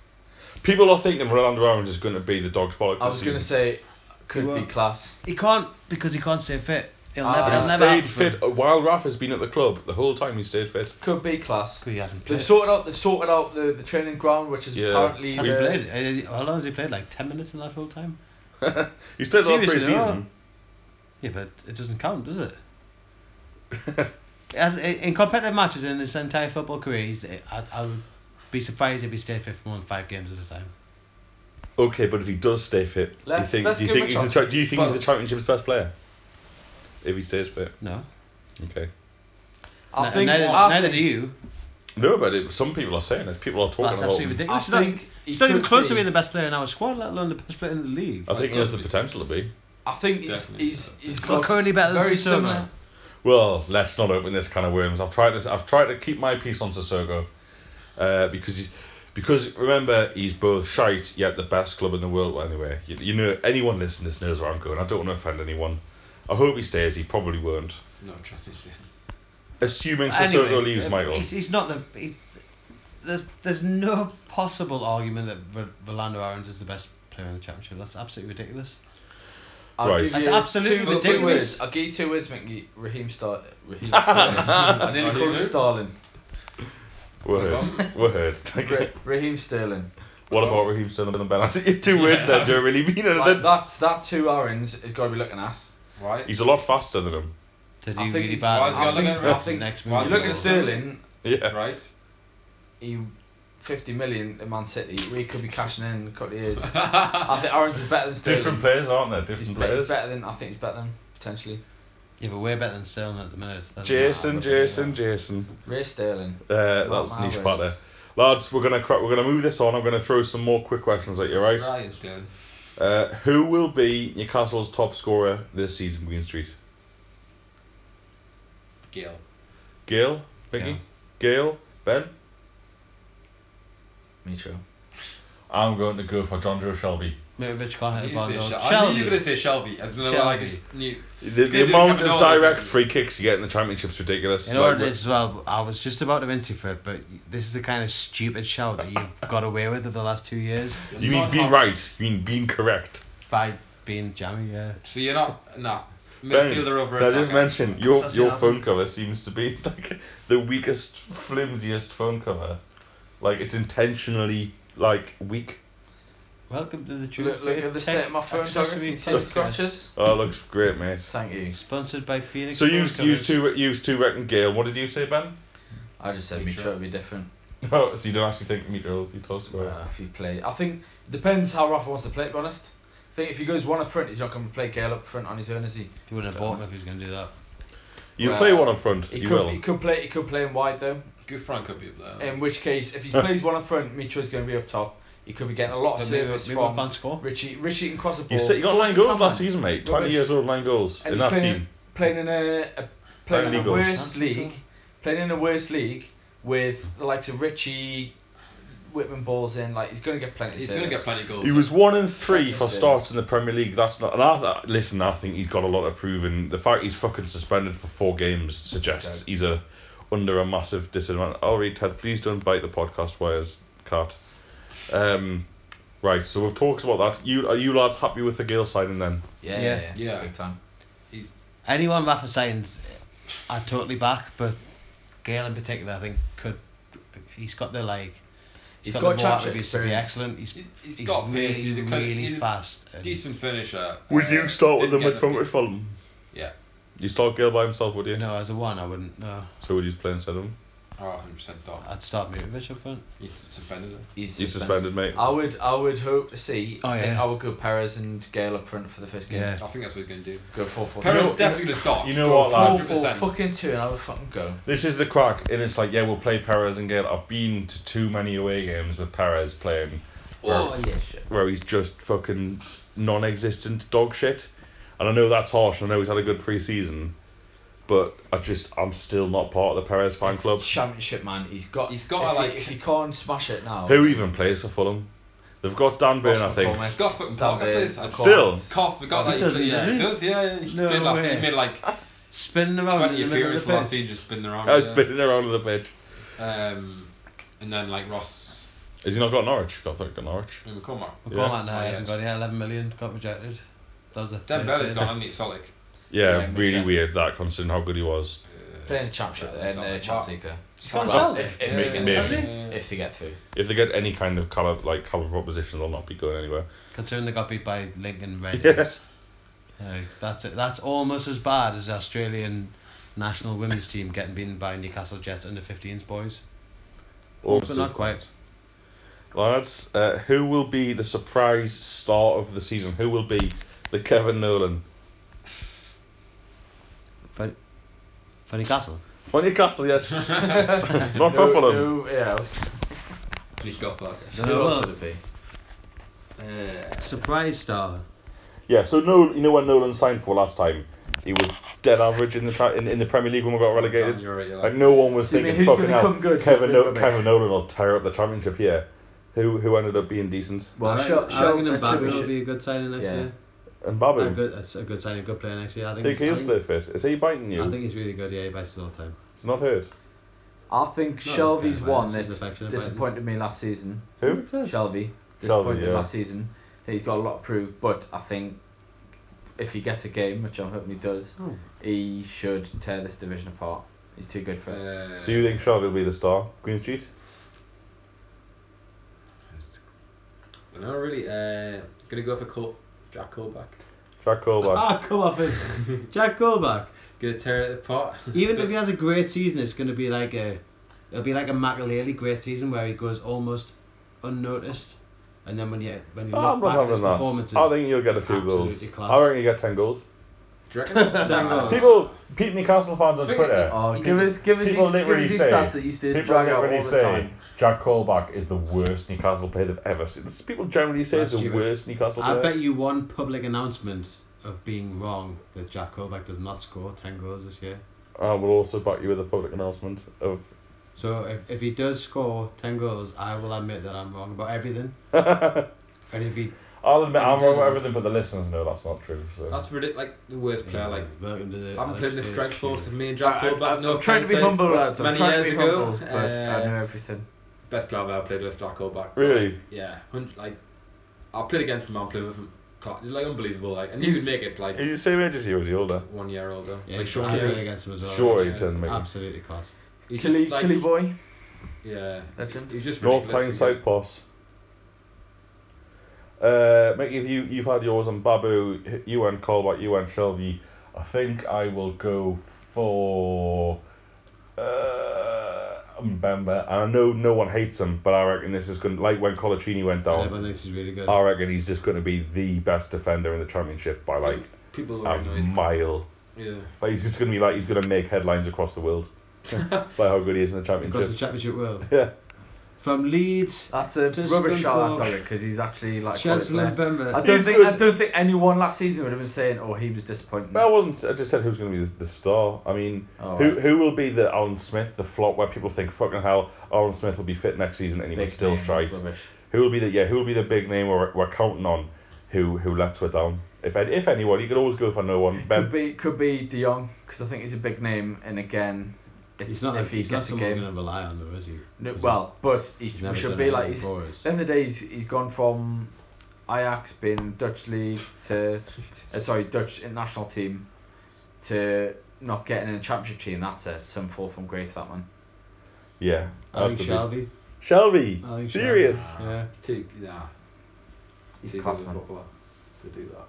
Speaker 1: People are thinking Rolando Aaron's is going to be the dog's bollocks
Speaker 2: I
Speaker 1: this
Speaker 2: was
Speaker 1: season.
Speaker 2: going to say could
Speaker 4: You
Speaker 2: be
Speaker 4: won't.
Speaker 2: class.
Speaker 4: He can't because he can't stay fit. He'll
Speaker 2: Ah.
Speaker 4: never,
Speaker 2: He's
Speaker 4: he'll
Speaker 1: He's
Speaker 4: never
Speaker 1: stayed
Speaker 4: happen.
Speaker 1: fit. While Raf has been at the club the whole time, he stayed fit.
Speaker 2: Could be class.
Speaker 4: He hasn't played.
Speaker 2: They've sorted out. They've sorted out the, the training ground, which is
Speaker 1: Yeah.
Speaker 2: apparently
Speaker 4: hasn't
Speaker 2: the,
Speaker 4: played. Uh, how long has he played? Like ten minutes in that whole time.
Speaker 1: He's played a lot of
Speaker 4: Seriously,
Speaker 1: pre-season.
Speaker 4: Yeah, but it doesn't count, does it?
Speaker 2: (laughs)
Speaker 4: As in in competitive matches in his entire football career, he's, I, I would be surprised if he stayed fit for more than five games at a time.
Speaker 1: Okay, but if he does stay fit, do you
Speaker 2: Let's-
Speaker 1: think?
Speaker 2: let's
Speaker 1: Do you
Speaker 2: give
Speaker 1: think
Speaker 2: him
Speaker 1: he's
Speaker 2: a
Speaker 1: the?
Speaker 2: chance.
Speaker 1: Cha- do you think he's
Speaker 2: But-
Speaker 1: the championship's best player? If he stays fit,
Speaker 4: No,
Speaker 1: okay.
Speaker 2: I
Speaker 4: N-
Speaker 2: think
Speaker 4: neither,
Speaker 2: I
Speaker 4: neither
Speaker 2: think,
Speaker 4: do you.
Speaker 1: No, but it, some people are saying it. People are talking
Speaker 4: That's
Speaker 1: about.
Speaker 4: absolutely
Speaker 1: him.
Speaker 4: ridiculous.
Speaker 2: I
Speaker 4: He's not,
Speaker 2: think he
Speaker 4: he's not even
Speaker 2: could
Speaker 4: close to
Speaker 2: be.
Speaker 4: being the best player in our squad, let alone the best player in the league.
Speaker 1: I think he has the potential to be.
Speaker 2: I think he's
Speaker 3: Definitely.
Speaker 2: he's he's
Speaker 4: Well,
Speaker 2: got
Speaker 4: currently better than
Speaker 2: very
Speaker 4: Sissoko.
Speaker 2: similar.
Speaker 1: Well, let's not open this can of worms. I've tried to. I've tried to keep my peace on Sissoko, uh, because he's, because remember he's both shite yet the best club in the world. Well, anyway, you, you know anyone listening to this knows where I'm going. I don't want to offend anyone. I hope he stays. He probably won't.
Speaker 3: No, trust is different.
Speaker 1: Assuming Sissoko
Speaker 4: Anyway,
Speaker 1: leaves,
Speaker 4: uh,
Speaker 1: Michael.
Speaker 4: He's, he's not the. He, there's there's no possible argument that Ver- Verlander Orange is the best player in the championship. That's absolutely ridiculous.
Speaker 2: I'll
Speaker 1: Right.
Speaker 2: give
Speaker 4: That's
Speaker 2: you
Speaker 4: absolutely
Speaker 2: two, two
Speaker 4: ridiculous.
Speaker 2: words. I'll give you two words, Mickey. Raheem Star.
Speaker 1: (laughs)
Speaker 2: Raheem Sterling. I nearly
Speaker 3: Raheem
Speaker 2: called him
Speaker 3: who?
Speaker 2: Starling.
Speaker 1: We're heard. We're heard.
Speaker 2: Ra-
Speaker 1: (laughs)
Speaker 2: Raheem Sterling.
Speaker 1: What about (laughs) Raheem Sterling and Ben? Hassett? Two words there don't really mean
Speaker 2: Like,
Speaker 1: anything.
Speaker 2: that's that's who Aaron's is got to be looking at.
Speaker 3: Why?
Speaker 1: He's a lot faster than him.
Speaker 4: To do
Speaker 2: I think
Speaker 4: really
Speaker 2: he's-
Speaker 4: bad.
Speaker 3: why is he
Speaker 4: I
Speaker 3: gonna
Speaker 4: think
Speaker 3: look at-
Speaker 4: that's his next
Speaker 3: why
Speaker 4: move.
Speaker 3: is
Speaker 2: You
Speaker 3: he
Speaker 2: look at Sterling.
Speaker 1: Yeah.
Speaker 3: Right.
Speaker 2: He fifty million at Man City. We could be cashing in in a couple
Speaker 1: (laughs)
Speaker 2: of years. I think Aaron's is better than Sterling.
Speaker 1: Different players, aren't there?
Speaker 2: He's,
Speaker 1: Different
Speaker 2: be- he's
Speaker 1: players.
Speaker 2: better than I think he's better than potentially
Speaker 4: Yeah, but we're better than Sterling at the minute. That's-
Speaker 1: Jason,
Speaker 4: Nah,
Speaker 1: Jason, Jason.
Speaker 2: Ray Sterling.
Speaker 1: Uh,
Speaker 2: Well,
Speaker 1: that's
Speaker 2: my
Speaker 1: niche
Speaker 2: words.
Speaker 1: part there. Lads, we're gonna cra- we're gonna move this on. I'm gonna throw some more quick questions at you, right?
Speaker 3: Ryan Sterling.
Speaker 1: Uh, who will be Newcastle's top scorer this season, Green Street?
Speaker 3: Gale.
Speaker 1: Gail, Vicky, Gail, Ben.
Speaker 2: Mitro.
Speaker 1: I'm going to go for John Joe Shelby.
Speaker 4: Mitrovic can't hit a
Speaker 3: You
Speaker 4: ball.
Speaker 3: say
Speaker 4: goal.
Speaker 3: Shel- I knew you were
Speaker 4: Shelby.
Speaker 3: gonna say Shelby. I was gonna
Speaker 4: Shelby.
Speaker 3: like his new.
Speaker 1: The, the
Speaker 3: Good dude,
Speaker 1: amount
Speaker 3: coming
Speaker 1: of
Speaker 3: over there.
Speaker 1: direct free kicks you get in the championship's ridiculous.
Speaker 4: You know what
Speaker 1: Like,
Speaker 4: it is as well? I was just about to answer for it, but this is the kind of stupid shout
Speaker 2: (laughs)
Speaker 4: that you've got away with over the last two years
Speaker 1: You mean
Speaker 3: Not
Speaker 1: being
Speaker 3: half-
Speaker 1: right? You mean being correct?
Speaker 4: by being jammy, yeah.
Speaker 3: So you're not nah.
Speaker 1: Ben,
Speaker 3: Midfielder over.
Speaker 1: Can I just
Speaker 3: attacker.
Speaker 1: mention your
Speaker 4: That's
Speaker 1: your
Speaker 4: enough.
Speaker 1: phone cover seems to be (laughs) like the weakest, flimsiest phone cover. Like it's intentionally like weak.
Speaker 4: Welcome to the True
Speaker 2: Look, look
Speaker 4: Faith
Speaker 2: at the
Speaker 4: Tech
Speaker 2: state of my phone cover.
Speaker 4: Accessory
Speaker 2: You can see the
Speaker 4: Podcast.
Speaker 2: scratches.
Speaker 1: Oh, looks great, mate.
Speaker 2: Thank you.
Speaker 4: Sponsored by Phoenix.
Speaker 1: So
Speaker 4: Phone
Speaker 1: you you
Speaker 4: Covers.
Speaker 1: two you two reckon Gale. What did you say, Ben? (laughs)
Speaker 2: I just said
Speaker 3: Mitro.
Speaker 2: Mitro would be different.
Speaker 1: Oh, so you don't actually think Mitra will be top scorer?
Speaker 2: Uh, if he play, I think depends how Rafa wants to play. To be honest, I think if he goes one up front, he's not going to play Gale up front on his own, is he?
Speaker 4: He wouldn't have bought him if he was going to do that.
Speaker 1: you
Speaker 2: well,
Speaker 1: play one up front.
Speaker 2: He Oh.
Speaker 1: you
Speaker 2: could,
Speaker 1: will.
Speaker 2: he could play, he could play him wide though.
Speaker 3: Good Frank could be up there.
Speaker 2: In which case, (laughs) if he plays one up front, Mitro's going to be up top. He could be getting a lot of
Speaker 4: But maybe,
Speaker 2: service
Speaker 4: maybe we
Speaker 2: from
Speaker 4: can't score.
Speaker 2: Richie. Richie can cross the ball.
Speaker 1: you said you got nine
Speaker 2: Come
Speaker 1: goals last
Speaker 2: on.
Speaker 1: season, mate.
Speaker 2: Rubbish.
Speaker 1: Twenty years old, nine goals
Speaker 2: And
Speaker 1: in
Speaker 2: he's
Speaker 1: that
Speaker 2: playing-
Speaker 1: team.
Speaker 2: Playing in a, a playing in
Speaker 1: Only
Speaker 2: a
Speaker 1: goals.
Speaker 2: worst league, playing in a worst league with the likes of Richie, Whitman balls in. Like he's going to get plenty. of
Speaker 3: He's gonna
Speaker 2: service.
Speaker 3: get plenty of goals.
Speaker 1: He was one in three
Speaker 2: Like I
Speaker 1: for
Speaker 2: said.
Speaker 1: starts in the Premier League. That's not. And I th- listen. I think he's got a lot of proving. The fact he's fucking suspended for four games suggests
Speaker 2: Okay.
Speaker 1: he's a under a massive disadvantage. Oh, All right, Ted. Please don't bite the podcast wires, cat. Um, right. So we've talked about that. You are you lads happy with the Gale signing then?
Speaker 2: Yeah,
Speaker 4: Yeah.
Speaker 2: yeah, yeah,
Speaker 3: Yeah.
Speaker 2: big time.
Speaker 4: Anyone Rafa signs, I totally back, but Gale in particular, I think, could. He's got the like.
Speaker 2: He's got
Speaker 4: the raw
Speaker 2: championship
Speaker 4: attributes to be
Speaker 2: experience.
Speaker 4: excellent. He's,
Speaker 3: He-
Speaker 4: he's,
Speaker 3: he's got
Speaker 4: really,
Speaker 3: pace. He's a clean,
Speaker 4: really
Speaker 3: he's a
Speaker 4: fast. and-
Speaker 3: decent finisher.
Speaker 1: Would
Speaker 3: Uh,
Speaker 1: you start with the
Speaker 3: didn't get
Speaker 1: midfielder
Speaker 3: enough-
Speaker 1: for him?
Speaker 3: Yeah.
Speaker 1: You start Gale by himself, would you?
Speaker 4: No, as a one, I wouldn't. No,
Speaker 1: So would you just play instead of him?
Speaker 3: Oh, 100% done.
Speaker 4: I'd start Mitrovic up front.
Speaker 3: He suspended him.
Speaker 1: He's suspended, mate.
Speaker 2: I would, I would hope to see.
Speaker 4: Oh,
Speaker 2: I think
Speaker 4: yeah.
Speaker 2: I would go Perez and Gale up front for the first game.
Speaker 4: Yeah.
Speaker 3: I think that's what he's gonna do.
Speaker 2: Go four four.
Speaker 3: Perez
Speaker 1: know-
Speaker 3: definitely gonna dot.
Speaker 1: You know what,
Speaker 2: Four
Speaker 1: lads?
Speaker 3: lads?
Speaker 2: four
Speaker 3: 100%.
Speaker 2: fucking two, and I would fucking go.
Speaker 1: This is the crack, and it's like, yeah, we'll play Perez and Gale. I've been to too many away games with Perez playing
Speaker 3: Oh,
Speaker 2: yeah, shit.
Speaker 1: where he's just fucking non-existent dog shit. And I know that's harsh. I know he's had a good pre-season, but I just I'm still not part of the Perez fan club.
Speaker 2: Championship man, he's got.
Speaker 3: He's gotta,
Speaker 2: if
Speaker 3: like-
Speaker 2: He, if he can't smash it now.
Speaker 1: Who even plays for Fulham? They've got Dan Byrne, I think. (laughs)
Speaker 2: McCormack.
Speaker 3: Got fucking
Speaker 2: That
Speaker 3: pocket
Speaker 2: bit,
Speaker 3: place. I
Speaker 1: Still.
Speaker 3: Cough, we got
Speaker 4: He
Speaker 3: that.
Speaker 4: doesn't,
Speaker 3: yeah, he
Speaker 4: does
Speaker 3: does. Yeah, he
Speaker 4: No
Speaker 3: did last
Speaker 4: way.
Speaker 3: season. He made like
Speaker 4: Spinning around in
Speaker 3: 20
Speaker 4: the middle of
Speaker 3: appearances
Speaker 4: the
Speaker 3: last
Speaker 4: pitch.
Speaker 3: season, just spinning around.
Speaker 1: I was
Speaker 3: yeah.
Speaker 1: spinning around on the pitch.
Speaker 3: Um, and then like Ross
Speaker 1: Has he not got Norwich? God, I thought he got Norwich.
Speaker 3: and McCormack.
Speaker 4: McCormack now
Speaker 3: Oh,
Speaker 4: hasn't
Speaker 3: yeah.
Speaker 4: got yeah, 11 million, got rejected. That was a
Speaker 3: Then
Speaker 4: third
Speaker 3: Bella's
Speaker 4: bid.
Speaker 3: gone. I need Solic.
Speaker 1: Yeah,
Speaker 2: Yeah, makes
Speaker 1: really
Speaker 2: sense.
Speaker 1: weird that considering how good he was.
Speaker 3: uh,
Speaker 2: Playing the championship
Speaker 3: That's
Speaker 2: in
Speaker 3: not
Speaker 2: the
Speaker 3: like
Speaker 2: Champions
Speaker 3: that.
Speaker 2: League there.
Speaker 4: He's gone
Speaker 2: Well,
Speaker 4: solid.
Speaker 2: if, if, they
Speaker 1: Maybe.
Speaker 2: get,
Speaker 1: Has
Speaker 2: if they get through.
Speaker 1: If they get any kind of caliber, like caliber opposition, they'll not be going anywhere.
Speaker 4: Considering they got beat by Lincoln Reddings. Like, that's it. That's almost as bad as the Australian national women's team getting beaten by Newcastle Jets under 15s boys. But not quite.
Speaker 1: Lads, uh, who will be the surprise star of the season? Who will be the Kevin Nolan?
Speaker 4: For, for Newcastle.
Speaker 1: For Newcastle,
Speaker 2: (laughs)
Speaker 1: yes. not for Fulham.
Speaker 2: Who, who, you know,
Speaker 3: Please go back.
Speaker 4: No,
Speaker 2: who
Speaker 4: no,
Speaker 2: else
Speaker 4: no.
Speaker 2: would it
Speaker 3: Uh,
Speaker 4: Surprise star.
Speaker 1: Yeah, so Nolan, you know what Nolan signed for last time? He was dead average in the tra- in, in the Premier League when we got relegated.
Speaker 3: You're right, you're
Speaker 1: Like
Speaker 3: like,
Speaker 1: no one was
Speaker 2: Do you
Speaker 1: thinking,
Speaker 2: mean who's
Speaker 1: fucking
Speaker 2: gonna
Speaker 1: hell,
Speaker 2: come good, who's
Speaker 1: Kevin,
Speaker 2: gonna
Speaker 1: no-
Speaker 2: be rubbish?"
Speaker 1: Kevin Nolan will tear up the championship. Yeah, who who ended up being decent?
Speaker 2: be? Well,
Speaker 4: I
Speaker 2: show,
Speaker 4: reckon- I
Speaker 2: show,
Speaker 4: reckon
Speaker 2: let's see
Speaker 4: Mbappe
Speaker 2: we
Speaker 4: will
Speaker 2: should-
Speaker 4: be a good signing next
Speaker 2: Yeah.
Speaker 4: year.
Speaker 1: And
Speaker 4: A
Speaker 1: Babu,
Speaker 4: good, that's a good signing, a good player next year. I
Speaker 1: I
Speaker 4: think,
Speaker 1: think he'll
Speaker 4: I, think,
Speaker 1: stay fit. Is he biting you?
Speaker 4: I think he's really good. Yeah, he bites us all the time.
Speaker 1: it's not hurt.
Speaker 2: I think
Speaker 4: No,
Speaker 2: Shelby's
Speaker 4: that's fair,
Speaker 2: one
Speaker 4: this is
Speaker 2: that
Speaker 4: affectionate, but-
Speaker 2: disappointed me last season.
Speaker 1: Who?
Speaker 2: Shelby disappointed
Speaker 1: Shelby,
Speaker 2: me
Speaker 1: yeah.
Speaker 2: last season. I think he's got a lot to prove, but I think if he gets a game, which I'm hoping he does,
Speaker 4: Oh.
Speaker 2: he should tear this division apart. He's too good for it.
Speaker 3: uh,
Speaker 1: So you think Charlotte will be the star? Green Street?
Speaker 3: No, really. Uh, gonna go for Col- Jack Colback.
Speaker 1: Jack Colback.
Speaker 4: Ah, come off it. Jack Goldbach.
Speaker 3: Gonna tear it apart.
Speaker 4: Even if he has a great season, it's going to be like a, it'll be like a McAlealy great season where he goes almost unnoticed, and then when you when you
Speaker 1: Oh,
Speaker 4: look
Speaker 1: I'm
Speaker 4: back
Speaker 1: not
Speaker 4: at his
Speaker 1: having
Speaker 4: performances,
Speaker 1: that. Oh,
Speaker 4: (laughs)
Speaker 1: I think you'll get a
Speaker 4: is
Speaker 1: few goals.
Speaker 4: absolutely class.
Speaker 1: I reckon you get 10 goals.
Speaker 3: Do
Speaker 2: (laughs)
Speaker 3: you reckon?
Speaker 4: Ten goals.
Speaker 1: (laughs) People, Pete Newcastle fans on
Speaker 3: Think-
Speaker 1: Twitter,
Speaker 2: Oh,
Speaker 3: He
Speaker 2: give
Speaker 3: did-
Speaker 2: us, give us, these,
Speaker 1: people
Speaker 2: give us
Speaker 1: literally
Speaker 2: these
Speaker 1: say-
Speaker 2: stats that used to
Speaker 1: people
Speaker 2: drag out all
Speaker 1: generally
Speaker 2: the
Speaker 1: say
Speaker 2: time.
Speaker 1: Jack Colback is the worst Newcastle player they've ever seen. People generally say he's
Speaker 4: That's
Speaker 1: the
Speaker 4: stupid.
Speaker 1: worst Newcastle
Speaker 4: I
Speaker 1: player.
Speaker 4: bet you one public announcement of being wrong that Jack Colback does not score ten goals this year.
Speaker 1: I will also back you with a public announcement of.
Speaker 4: So if, if he does score ten goals, I will admit that I'm wrong
Speaker 1: (laughs)
Speaker 4: about everything. and if he
Speaker 1: I'll admit
Speaker 4: And he
Speaker 1: I'm wrong
Speaker 4: doesn't.
Speaker 1: about everything, but the listeners know that's not true. So.
Speaker 3: That's ridiculous. Like the worst player. Like
Speaker 4: welcome to the.
Speaker 3: I'm
Speaker 4: Alex
Speaker 3: playing this
Speaker 4: Spears
Speaker 3: drag
Speaker 4: show.
Speaker 3: force of me and Jack Colback. No,
Speaker 2: I'm trying to be
Speaker 3: offence,
Speaker 2: humble, lads. I'm
Speaker 3: Many
Speaker 2: trying
Speaker 3: years
Speaker 2: to be
Speaker 3: ago,
Speaker 2: humble, but I
Speaker 3: uh,
Speaker 2: know everything.
Speaker 3: Best player I've ever played with. Jack Colback.
Speaker 1: Really?
Speaker 3: Yeah. hun- Like I played against him. I played with him. Cla- It's like unbelievable. Like and you would make it like
Speaker 1: Is he the same age as you, or is he older?
Speaker 3: one year older.
Speaker 4: Yeah,
Speaker 3: like
Speaker 4: he's
Speaker 3: Sean
Speaker 4: I'm
Speaker 3: Keane.
Speaker 4: really against him as well.
Speaker 1: Sure,
Speaker 3: yeah.
Speaker 1: he's 10 maybe.
Speaker 4: Absolutely class.
Speaker 3: He's just,
Speaker 2: Killy,
Speaker 3: like-
Speaker 2: Killy boy,
Speaker 3: Yeah.
Speaker 2: legend.
Speaker 3: He's just
Speaker 1: North
Speaker 3: ridiculous.
Speaker 1: Tyneside Poss. Uh, Mickey, if you, you've had yours on Babu, you went Colback, you went Shelby. I think I will go for uh, Mbemba. And I know no one hates him, but I reckon this is going to, like when Colaccini went
Speaker 4: And
Speaker 1: down,
Speaker 4: everyone thinks he's really good.
Speaker 1: I reckon he's just going to be the best defender in the championship by like
Speaker 3: People were
Speaker 1: a
Speaker 3: annoyed.
Speaker 1: mile.
Speaker 3: Yeah.
Speaker 1: But he's just going to be like, he's going to make headlines across the world by how good he is in the
Speaker 4: Across the
Speaker 1: championship.
Speaker 4: championship world.
Speaker 1: Yeah.
Speaker 4: From Leeds,
Speaker 2: That's a
Speaker 4: Just
Speaker 2: rubber
Speaker 4: going
Speaker 2: shot,
Speaker 4: for-
Speaker 2: that dog, because he's actually like. a quality
Speaker 4: Chelsea
Speaker 2: player. I
Speaker 4: Mbemba.
Speaker 2: don't
Speaker 1: He's
Speaker 2: think
Speaker 1: good.
Speaker 2: I don't think anyone last season would have been saying, "Oh, he was disappointing."
Speaker 1: No, I wasn't. I just said who's going to be the, the star. I mean,
Speaker 2: Oh,
Speaker 1: who
Speaker 2: right.
Speaker 1: who will be the Alan Smith, the flop where people think fucking hell, Alan Smith will be fit next season and he
Speaker 2: Big
Speaker 1: was still
Speaker 2: name,
Speaker 1: shite.
Speaker 2: that's rubbish.
Speaker 1: Who will be the yeah? Who will be the big name we're, we're counting on? Who who lets her down? If any- if anyone, you could always go for no one.
Speaker 2: Could
Speaker 1: Ben,
Speaker 2: be could be De Jong because I think he's a big name, and again, it's
Speaker 4: He's not,
Speaker 2: if he
Speaker 4: he's not
Speaker 2: gets a
Speaker 4: someone we're
Speaker 2: game.
Speaker 4: going to rely on, though, is he?
Speaker 2: No,
Speaker 4: he's-
Speaker 2: well, but he
Speaker 4: He's
Speaker 2: sh-
Speaker 4: never
Speaker 2: should
Speaker 4: done
Speaker 2: be like he's.
Speaker 4: anything for us.
Speaker 2: At the end of the day, he's, he's gone from Ajax being Dutch league to, uh, sorry, Dutch international team, to not getting in a championship team. That's a some fall from grace. That one.
Speaker 1: yeah,
Speaker 4: I think
Speaker 1: that's a big-
Speaker 4: Shelby.
Speaker 1: Shelby,
Speaker 4: I think
Speaker 1: serious.
Speaker 4: Shelby. Yeah.
Speaker 3: It's too nah.
Speaker 2: He's
Speaker 3: too
Speaker 2: class,
Speaker 3: good of a
Speaker 2: man.
Speaker 3: footballer to do that.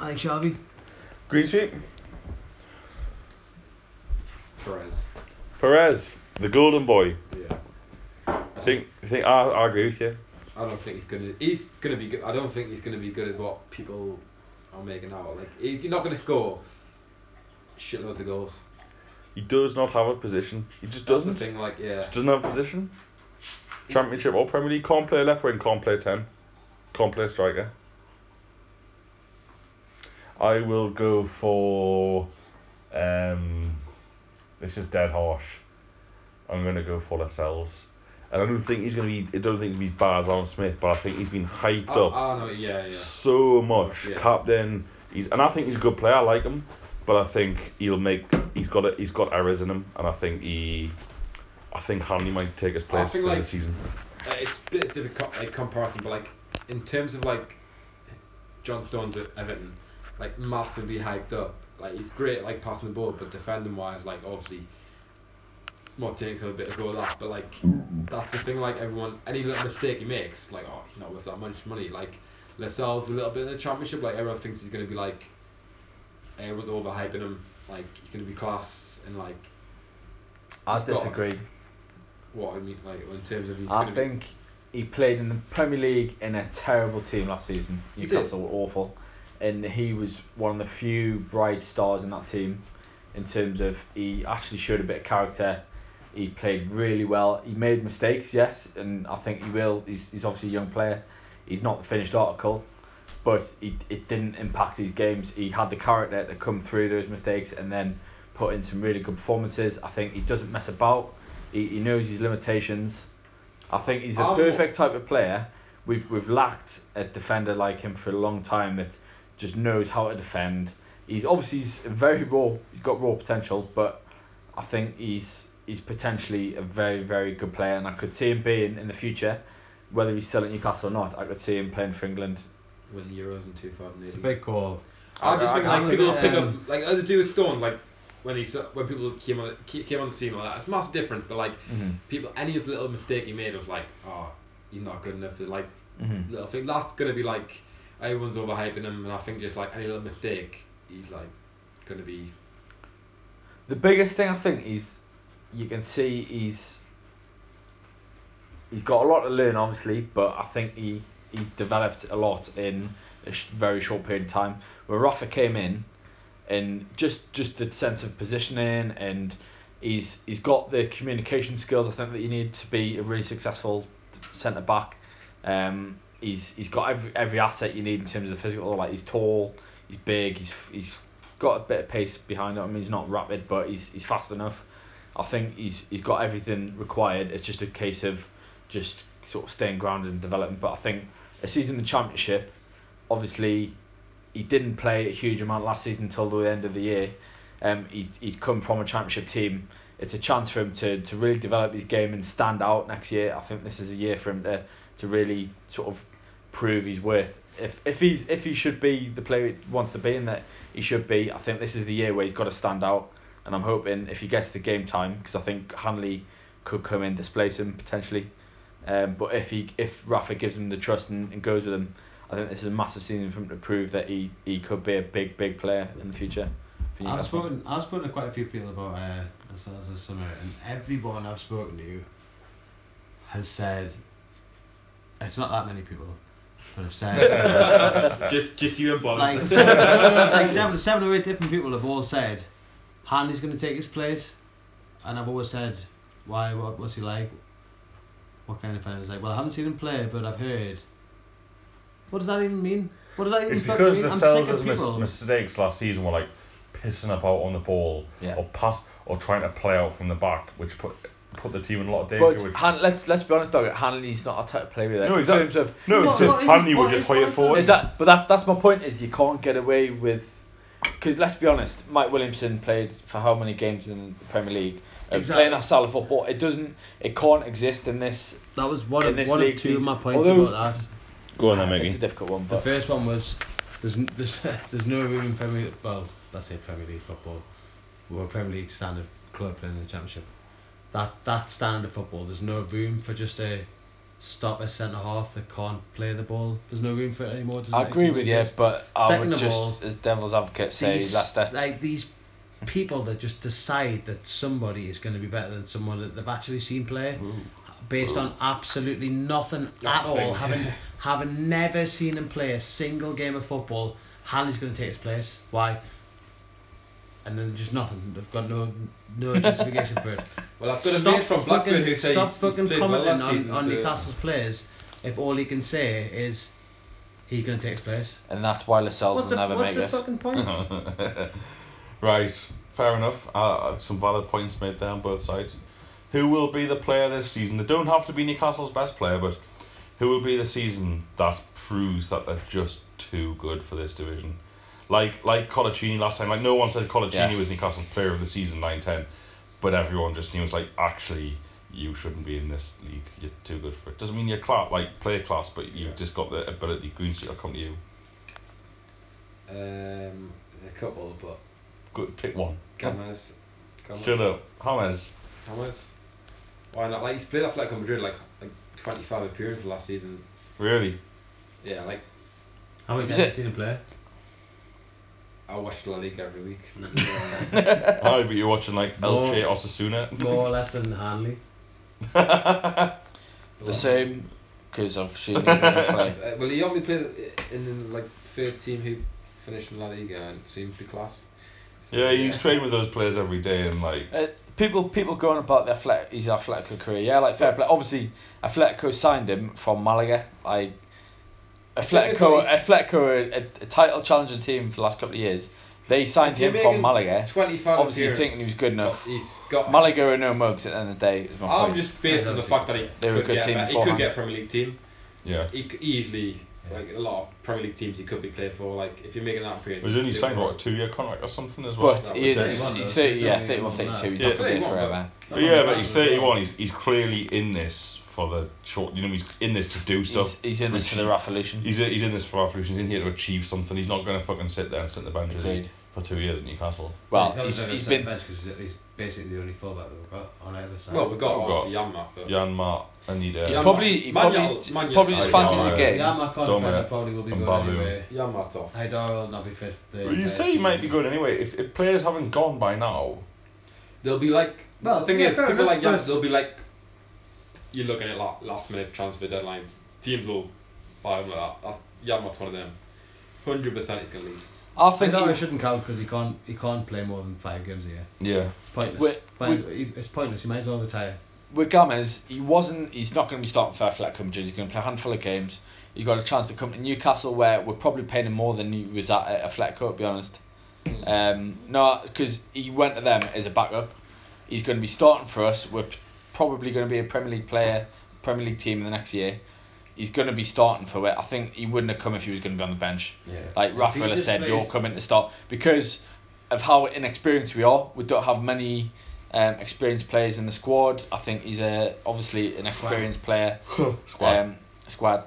Speaker 4: I think Shelby.
Speaker 1: Green Street,
Speaker 3: Perez.
Speaker 1: Perez, the golden boy.
Speaker 3: Yeah. I
Speaker 1: I
Speaker 3: just-
Speaker 1: think I think I, I agree with you.
Speaker 3: I don't think he's gonna. He's gonna be good. I don't think he's gonna be good as what people are making out. Like he- he's not gonna score shitloads of goals.
Speaker 1: He does not have a position. He just
Speaker 3: That's the
Speaker 1: doesn't.
Speaker 3: thing. Like yeah,
Speaker 1: Just doesn't have a position. Championship or Premier League. Can't play left wing. Can't play ten. Can't play striker. I will go for. Um, this is dead harsh. I'm gonna go for ourselves. And I don't think he's gonna be. I don't think he'll be bad as Alan Smith, but I think he's been hyped
Speaker 3: I,
Speaker 1: up
Speaker 3: I know. Yeah, yeah.
Speaker 1: so much.
Speaker 3: Yeah.
Speaker 1: Captain, he's and I think he's a good player. I like him, but I think he'll make. He's got it. He's got errors in him, and I think he. I think Hanley might take his place
Speaker 3: think,
Speaker 1: in the
Speaker 3: like,
Speaker 1: season.
Speaker 3: Uh, it's a bit difficult like, comparison, but like in terms of like John Stones at Everton, like massively hyped up. Like he's great, like passing the ball, but defending wise, like obviously, Martinez had a bit of goal last, but like that's the thing. Like everyone, any little mistake he makes, like oh, he's not worth that much money. Like Lascelles a little bit in the championship, like everyone thinks he's gonna be like, everyone's overhyping him. Like he's gonna be class and like
Speaker 2: I
Speaker 3: He's got-
Speaker 2: disagree.
Speaker 3: what I mean, like in terms of he's
Speaker 2: I
Speaker 3: gonna be
Speaker 2: think he played in the Premier League in a terrible team last season.
Speaker 3: He did.
Speaker 2: Newcastle were awful, and he was one of the few bright stars in that team. In terms of he actually showed a bit of character. He played really well. He made mistakes, yes, and I think he will. He's, he's obviously a young player. He's not the finished article, but he, it didn't impact his games. He had the character to come through those mistakes and then put in some really good performances. I think he doesn't mess about. He, he knows his limitations. I think he's a
Speaker 3: I'm-
Speaker 2: perfect type of player. We've we've lacked a defender like him for a long time that just knows how to defend. He's obviously he's very raw. He's got raw potential, but I think he's he's potentially a very very good player, and I could see him being in the future, whether he's still at Newcastle or not. I could see him playing for England.
Speaker 3: win the Euros in two thousand
Speaker 4: It's
Speaker 3: eight.
Speaker 4: a big call.
Speaker 3: I just
Speaker 4: I-
Speaker 3: think
Speaker 4: I-
Speaker 3: like
Speaker 4: I'm
Speaker 3: people
Speaker 4: gonna-
Speaker 3: pick up like as a dude with Dawn, like when he saw- when people came on came on the scene like that, it's massive different. But like
Speaker 2: Mm-hmm.
Speaker 3: people, any of the little mistake he made was like, oh, you're not good enough. For, like
Speaker 2: Mm-hmm.
Speaker 3: little thing that's gonna be like everyone's overhyping him, and I think just like any little mistake, he's like gonna be
Speaker 2: The biggest thing I think is you can see he's he's got a lot to learn obviously, but I think he he's developed a lot in a sh- very short period of time. Where Rafa came in, and just just the sense of positioning and he's he's got the communication skills I think that you need to be a really successful centre back. Um, he's he's got every every asset you need in terms of the physical. Like he's tall, he's big, he's he's got a bit of pace behind him. I mean, he's not rapid, but he's he's fast enough. I think he's he's got everything required. It's just a case of just sort of staying grounded and developing. But I think a season in the championship, obviously, he didn't play a huge amount last season until the end of the year. Um, he he'd come from a championship team. It's a chance for him to, to really develop his game and stand out next year. I think this is a year for him to, to really sort of prove his worth. If if he's if he should be the player he wants to be and that he should be, I think this is the year where he's got to stand out. And I'm hoping if he gets the game time, because I think Hanley could come in displace him potentially. Um, but if he if Rafa gives him the trust and, and goes with him, I think this is a massive season for him to prove that he, he could be a big big player in the future. For
Speaker 4: I've
Speaker 2: Newcastle.
Speaker 4: spoken, I've spoken to quite a few people about uh, ourselves this summer, and everyone I've spoken to has said, it's not that many people, but have said,
Speaker 5: just just you and Bob.
Speaker 4: Uh, like, seven, no, no, no, it's like seven, seven or eight different people have all said, Hanley's going to take his place, and I've always said, why, what, what's he like, what kind of player is he like, well, I haven't seen him play, but I've heard, what does that even mean? What does that even
Speaker 1: It's
Speaker 4: fucking
Speaker 1: because
Speaker 4: mean?
Speaker 1: the
Speaker 4: I'm
Speaker 1: Cells'
Speaker 4: sick of
Speaker 1: mis-
Speaker 4: people.
Speaker 1: mistakes last season were like pissing about on the ball
Speaker 2: Yeah.
Speaker 1: or pass or trying to play out from the back, which put put the team in a lot of danger.
Speaker 2: But
Speaker 1: which,
Speaker 2: Han- let's let's be honest, Doug. Hanley's not a type of player with it.
Speaker 1: No,
Speaker 2: in
Speaker 1: exactly.
Speaker 2: terms of
Speaker 1: no,
Speaker 4: What-
Speaker 1: it's a,
Speaker 4: what is it-
Speaker 1: Hanley would
Speaker 4: what
Speaker 1: just
Speaker 4: is-
Speaker 1: play
Speaker 4: what
Speaker 1: it
Speaker 4: is
Speaker 1: forward.
Speaker 2: is that, but that that's my point. Is you can't get away with. Because let's be honest, Mike Williamson played for how many games in the Premier League? And
Speaker 4: Exactly.
Speaker 2: Playing that style of football, it doesn't, it can't exist in this.
Speaker 4: That was one
Speaker 2: in
Speaker 4: of,
Speaker 2: this
Speaker 4: one of
Speaker 2: league,
Speaker 4: two of
Speaker 2: please.
Speaker 4: my points
Speaker 2: Although-
Speaker 4: about that.
Speaker 1: Go on
Speaker 2: It's a difficult one,
Speaker 4: The
Speaker 2: but
Speaker 4: first one was there's n- there's, (laughs) there's no room in Premier League. Well, that's it, Premier League football. We're a Premier League standard club playing in the Championship. That that standard of football, there's no room for just a stop a centre half that can't play the ball. There's no room for it anymore. doesn't
Speaker 2: I
Speaker 4: it? It
Speaker 2: agree
Speaker 4: doesn't
Speaker 2: with you.
Speaker 4: exist.
Speaker 2: But I
Speaker 4: Second
Speaker 2: would
Speaker 4: of
Speaker 2: just,
Speaker 4: all,
Speaker 2: as devil's advocate, say
Speaker 4: These-
Speaker 2: Leicester.
Speaker 4: Like these people that just decide that somebody is going to be better than someone that they've actually seen play, based on absolutely nothing
Speaker 3: That's
Speaker 4: at
Speaker 3: the
Speaker 4: all,
Speaker 3: thing.
Speaker 4: having having never seen him play a single game of football. Hanley's going to take his place. Why? And then just nothing. They've got no no justification for it.
Speaker 3: well. I've got a mate from Blackburn
Speaker 4: fucking,
Speaker 3: who said
Speaker 4: stop
Speaker 3: he's
Speaker 4: fucking
Speaker 3: played well
Speaker 4: commenting
Speaker 3: last
Speaker 4: on,
Speaker 3: season,
Speaker 4: on
Speaker 3: so-
Speaker 4: Newcastle's players if all he can say is he's going to take his place.
Speaker 2: and that's why Lascelles
Speaker 4: What's
Speaker 2: will
Speaker 4: the,
Speaker 2: never make
Speaker 4: what's the
Speaker 2: it.
Speaker 4: fucking point?
Speaker 2: Uh-huh.
Speaker 1: right, fair enough. Uh, uh, some valid points made there on both sides. Who will be the player this season? They don't have to be Newcastle's best player, but who will be the season that proves that they're just too good for this division? Like like Colaccini last time. Like no one said Colaccini
Speaker 2: Yeah.
Speaker 1: was Newcastle's player of the season 9-10, but everyone just knew it's like actually you shouldn't be in this league. You're too good for it. Doesn't mean you're class like player class, but you've
Speaker 3: Yeah.
Speaker 1: just got the ability. Green sheet will come to you.
Speaker 3: Um, a couple, but
Speaker 1: Good, pick one.
Speaker 3: Gomez. Gomez.
Speaker 1: Shut up. James.
Speaker 3: Gomez. Why not? Like he's played Atletico Madrid like like twenty five appearances last season.
Speaker 1: Really?
Speaker 3: Yeah, like
Speaker 4: How many
Speaker 2: Is
Speaker 4: times have you
Speaker 2: it-
Speaker 4: seen him play?
Speaker 3: I watch La Liga
Speaker 1: (laughs)
Speaker 3: every week.
Speaker 1: Oh, but you're watching like
Speaker 4: No.
Speaker 1: Elche Osasuna.
Speaker 4: More or less than Hanley.
Speaker 3: Like,
Speaker 2: The same, because I've
Speaker 4: (laughs)
Speaker 2: seen him play.
Speaker 3: Uh, well, he only played in, in like third team who finished in La Liga and seemed to be class. So,
Speaker 1: Yeah, he's trained with those players every day and like
Speaker 2: Uh, People, people going about their athletic, his Atletico career. Yeah, like fair play. Obviously, Atletico signed him from Malaga. Like
Speaker 3: it's
Speaker 2: Atletico,
Speaker 3: always-
Speaker 2: Atletico, are a, a title challenging team for the last couple of years. They signed
Speaker 3: If you're
Speaker 2: him from
Speaker 3: making
Speaker 2: Malaga.
Speaker 3: 25
Speaker 2: Obviously,
Speaker 3: appearances,
Speaker 2: thinking he was good enough.
Speaker 3: He's got
Speaker 2: Malaga are no mugs at the end of the day. Is my
Speaker 3: I'm
Speaker 2: point.
Speaker 3: just based on the fact that he
Speaker 2: They were a
Speaker 3: could
Speaker 2: good
Speaker 3: get
Speaker 2: team
Speaker 3: a- he could
Speaker 2: beforehand.
Speaker 3: get a Premier League team.
Speaker 1: yeah.
Speaker 3: He could easily like a lot of Premier League teams he could be playing for. Like if you're making that appearance,
Speaker 1: He's only
Speaker 3: he's
Speaker 1: signed
Speaker 3: doing
Speaker 1: what a two year contract or something as well.
Speaker 2: but he is, he's, he's 30, yeah, 31, 32. He's
Speaker 1: Yeah.
Speaker 2: not going to be
Speaker 3: 31,
Speaker 2: there forever.
Speaker 1: But yeah, but he's thirty one. He's he's clearly in this for the short. You know, he's in this to do
Speaker 2: He's,
Speaker 1: stuff.
Speaker 2: he's in this for the revolution.
Speaker 1: He's, in- he's in this for revolution. He's in here to achieve something. He's not going to fucking sit there and sit in the bench is he,
Speaker 2: Agreed.
Speaker 1: for two years at Newcastle.
Speaker 2: Well, he's, he's been
Speaker 4: bench because he's, he's basically the only fullback that we've got on either side.
Speaker 3: Well, we got
Speaker 1: We've got-
Speaker 3: off Yamma, but
Speaker 1: Jan Mart, I need uh, a.
Speaker 3: Yeah,
Speaker 2: probably he
Speaker 3: Man
Speaker 2: probably,
Speaker 3: United- Man
Speaker 2: probably
Speaker 3: United-
Speaker 2: just fancies
Speaker 1: Yeah.
Speaker 2: a
Speaker 4: yeah,
Speaker 2: game.
Speaker 4: my
Speaker 1: Dominic
Speaker 4: contract probably will be
Speaker 1: and
Speaker 4: going
Speaker 1: Babu.
Speaker 4: anyway.
Speaker 3: Yamma's off.
Speaker 4: Haidar will not be fit. the
Speaker 1: Well, you
Speaker 4: entire
Speaker 1: say he might be
Speaker 4: season.
Speaker 1: good anyway. If, if players haven't gone by now,
Speaker 3: They'll be like
Speaker 4: Well,
Speaker 3: the thing
Speaker 4: yeah,
Speaker 3: is
Speaker 4: fair
Speaker 3: people like
Speaker 4: enough,
Speaker 3: Yamma.
Speaker 4: but-
Speaker 3: They'll be like you're looking at la- last minute transfer deadlines. Teams will buy him like that. that Yamma's one of them. Hundred percent, he's gonna leave.
Speaker 2: I
Speaker 4: I think
Speaker 2: think
Speaker 4: Haidar
Speaker 2: he,
Speaker 4: shouldn't count because he can't he can't play more than five games a year.
Speaker 1: yeah,
Speaker 4: It's pointless.
Speaker 2: Wait,
Speaker 4: Fine, he- it's pointless. He might as well retire.
Speaker 2: with Gomez, he wasn't. He's not going to be starting for Athletic Club Madrid. He's going to play a handful of games. He got a chance to come to Newcastle, where we're probably paying him more than he was at, at Atletico. To be honest, um, no, because he went to them as a backup. He's going to be starting for us. We're p- probably going to be a Premier League player, Premier League team in the next year. He's going to be starting for it. I think he wouldn't have come if he was going to be on the bench.
Speaker 4: Yeah.
Speaker 2: Like Rafael has said, you're coming to start because of how inexperienced we are. We don't have many um, experienced players in the squad. I think he's a obviously an experienced
Speaker 4: (laughs)
Speaker 2: player
Speaker 1: squad.
Speaker 2: Um, squad,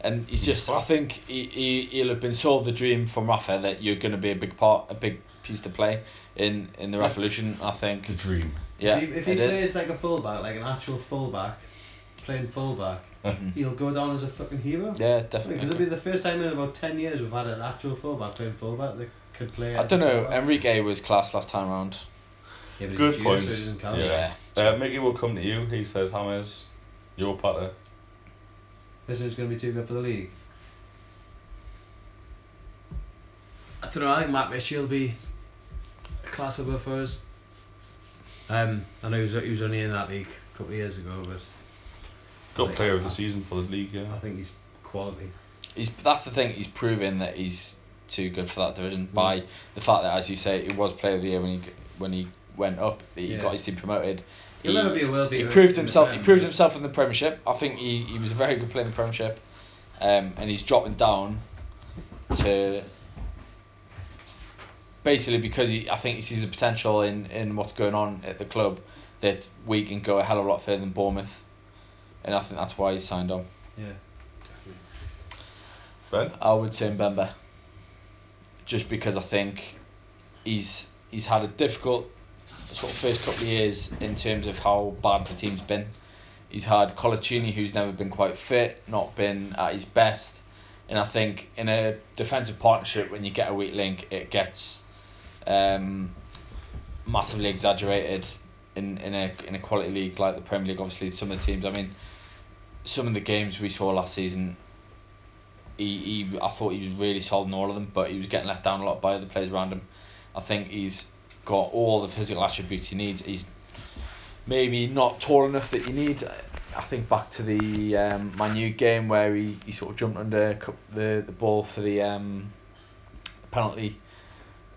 Speaker 2: and he's just. I think he, he he'll have been sold the dream from Rafa that you're going to be a big part, a big piece to play in in the revolution. I think.
Speaker 1: the dream.
Speaker 2: Yeah,
Speaker 4: If he, if he
Speaker 2: it
Speaker 4: plays
Speaker 2: is.
Speaker 4: like a fullback, like an actual fullback, playing fullback,
Speaker 2: Mhm.
Speaker 4: he'll go down as a fucking hero.
Speaker 2: Yeah,
Speaker 4: Because it'll be
Speaker 2: definitely.
Speaker 4: the first time in about ten years we've had an actual fullback playing fullback that could play.
Speaker 2: I
Speaker 4: as a
Speaker 2: don't know.
Speaker 4: fullback.
Speaker 2: Enrique was class last time round.
Speaker 4: Yeah, but he's
Speaker 1: Good
Speaker 4: Jewish, so
Speaker 1: points.
Speaker 4: he doesn't count.
Speaker 1: Yeah.
Speaker 2: yeah.
Speaker 1: Uh, Mickey will come to you. He says, James, your patter.
Speaker 4: This is going to be too good for the league. I don't know. I think Matt Mitchell will be a class above for us. Um, I know he was, he was only in that league a couple of years ago, but
Speaker 1: Got player of the season for the league, yeah.
Speaker 4: I think he's quality.
Speaker 2: he's that's the thing. He's proving that he's too good for that division
Speaker 4: Mm.
Speaker 2: by the fact that, as you say, he was player of the year when he g- when he went up. He
Speaker 4: Yeah.
Speaker 2: got his team promoted.
Speaker 4: He'll
Speaker 2: He-
Speaker 4: never be a world
Speaker 2: he
Speaker 4: beater
Speaker 2: proved
Speaker 4: in the
Speaker 2: himself. He
Speaker 4: Prem,
Speaker 2: proved
Speaker 4: but-
Speaker 2: himself in the Premiership. I think he, he was a very good player in the Premiership, um, and he's dropping down to basically because he, I think he sees the potential in, in what's going on at the club that we can go a hell of a lot further than Bournemouth, and I think that's why he signed on.
Speaker 4: Yeah.
Speaker 1: Ben?
Speaker 2: I would say Mbemba. Just because I think he's he's had a difficult sort of first couple of years in terms of how bad the team's been. He's had Colaccini who's never been quite fit, not been at his best. And I think in a defensive partnership when you get a weak link it gets um, massively exaggerated in, in a in a quality league like the Premier League obviously some of the teams I mean some of the games we saw last season he, he I thought he was really solid in all of them, but he was getting let down a lot by the players around him. I think he's got all the physical attributes he needs. He's maybe not tall enough that you need. I think back to the um, my new game where he, he sort of jumped under a cou- the the ball for the um, penalty.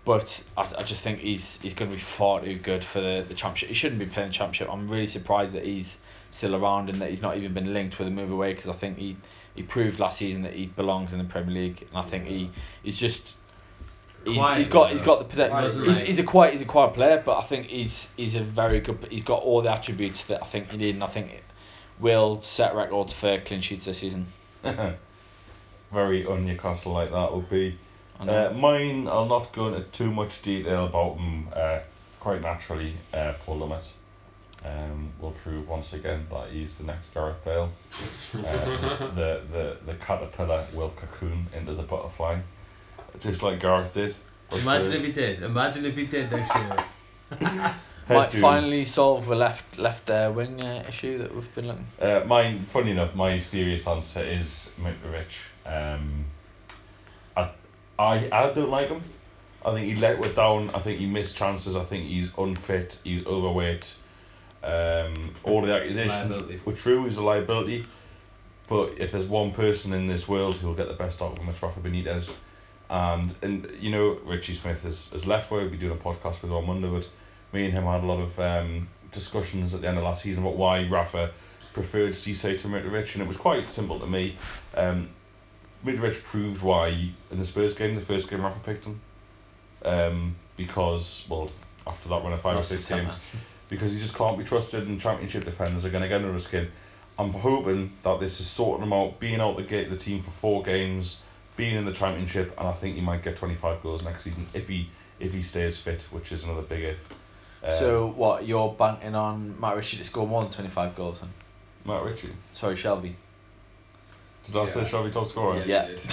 Speaker 2: But I, I just think he's he's going to be far too good for the, the championship. He shouldn't be playing the championship. I'm really surprised that he's still around and that he's not even been linked with a move away because I think he he proved last season that he belongs in the Premier League, and I think he he's just he's,
Speaker 4: Quiet,
Speaker 2: he's got he's
Speaker 4: though.
Speaker 2: got the potential.
Speaker 4: Wasn't
Speaker 2: He's,
Speaker 4: he?
Speaker 2: he's a quiet he's a quiet player, but I think he's he's a very good. He's got all the attributes that I think he need, and I think it will set records for clean sheets this season.
Speaker 1: Very un Newcastle like that would be. Uh, mine, I'll not go into too much detail about them. Uh, quite naturally, uh, Paul Lummett um, will prove once again that he's the next Gareth (laughs) Bale. Uh, the, the, the caterpillar will cocoon into the butterfly, just like Gareth did.
Speaker 4: Imagine if he did. Imagine if he did next (laughs) year.
Speaker 1: Head
Speaker 2: Might
Speaker 1: doom.
Speaker 2: finally solve the left left uh, wing uh, issue that we've been looking.
Speaker 1: Uh, mine, funny enough, my serious answer is Mitrovic. Um, I, I, I don't like him. I think he let it down. I think he missed chances. I think he's unfit. He's overweight. Um, all the accusations
Speaker 3: Liability.
Speaker 1: were true. He's a liability. But if there's one person in this world who will get the best out of him, it's Rafa Benitez. And, and you know, Richie Smith is, is left. We'll be doing a podcast with him on Monday. But me and him had a lot of um, discussions at the end of last season about why Rafa preferred Cisse to Mitrovic, and it was quite simple to me. Um, Mitrovic proved why in the Spurs game, the first game Rafa picked him, um, because well after that run of five or
Speaker 2: Lost
Speaker 1: six
Speaker 2: his temper.
Speaker 1: games, because he just can't be trusted, and Championship defenders are going to get under his skin. I'm hoping that this is sorting him out, being out the gate the team for four games, being in the Championship, and I think he might get twenty five goals next season if he if he stays fit, which is another big if. Um,
Speaker 2: so what? You're banking on Matt Ritchie to score more than twenty five goals? Then
Speaker 1: Matt Ritchie,
Speaker 2: sorry, Shelby.
Speaker 1: did I say
Speaker 3: Yeah.
Speaker 1: shall we top scorer?
Speaker 2: Yeah.
Speaker 3: you did.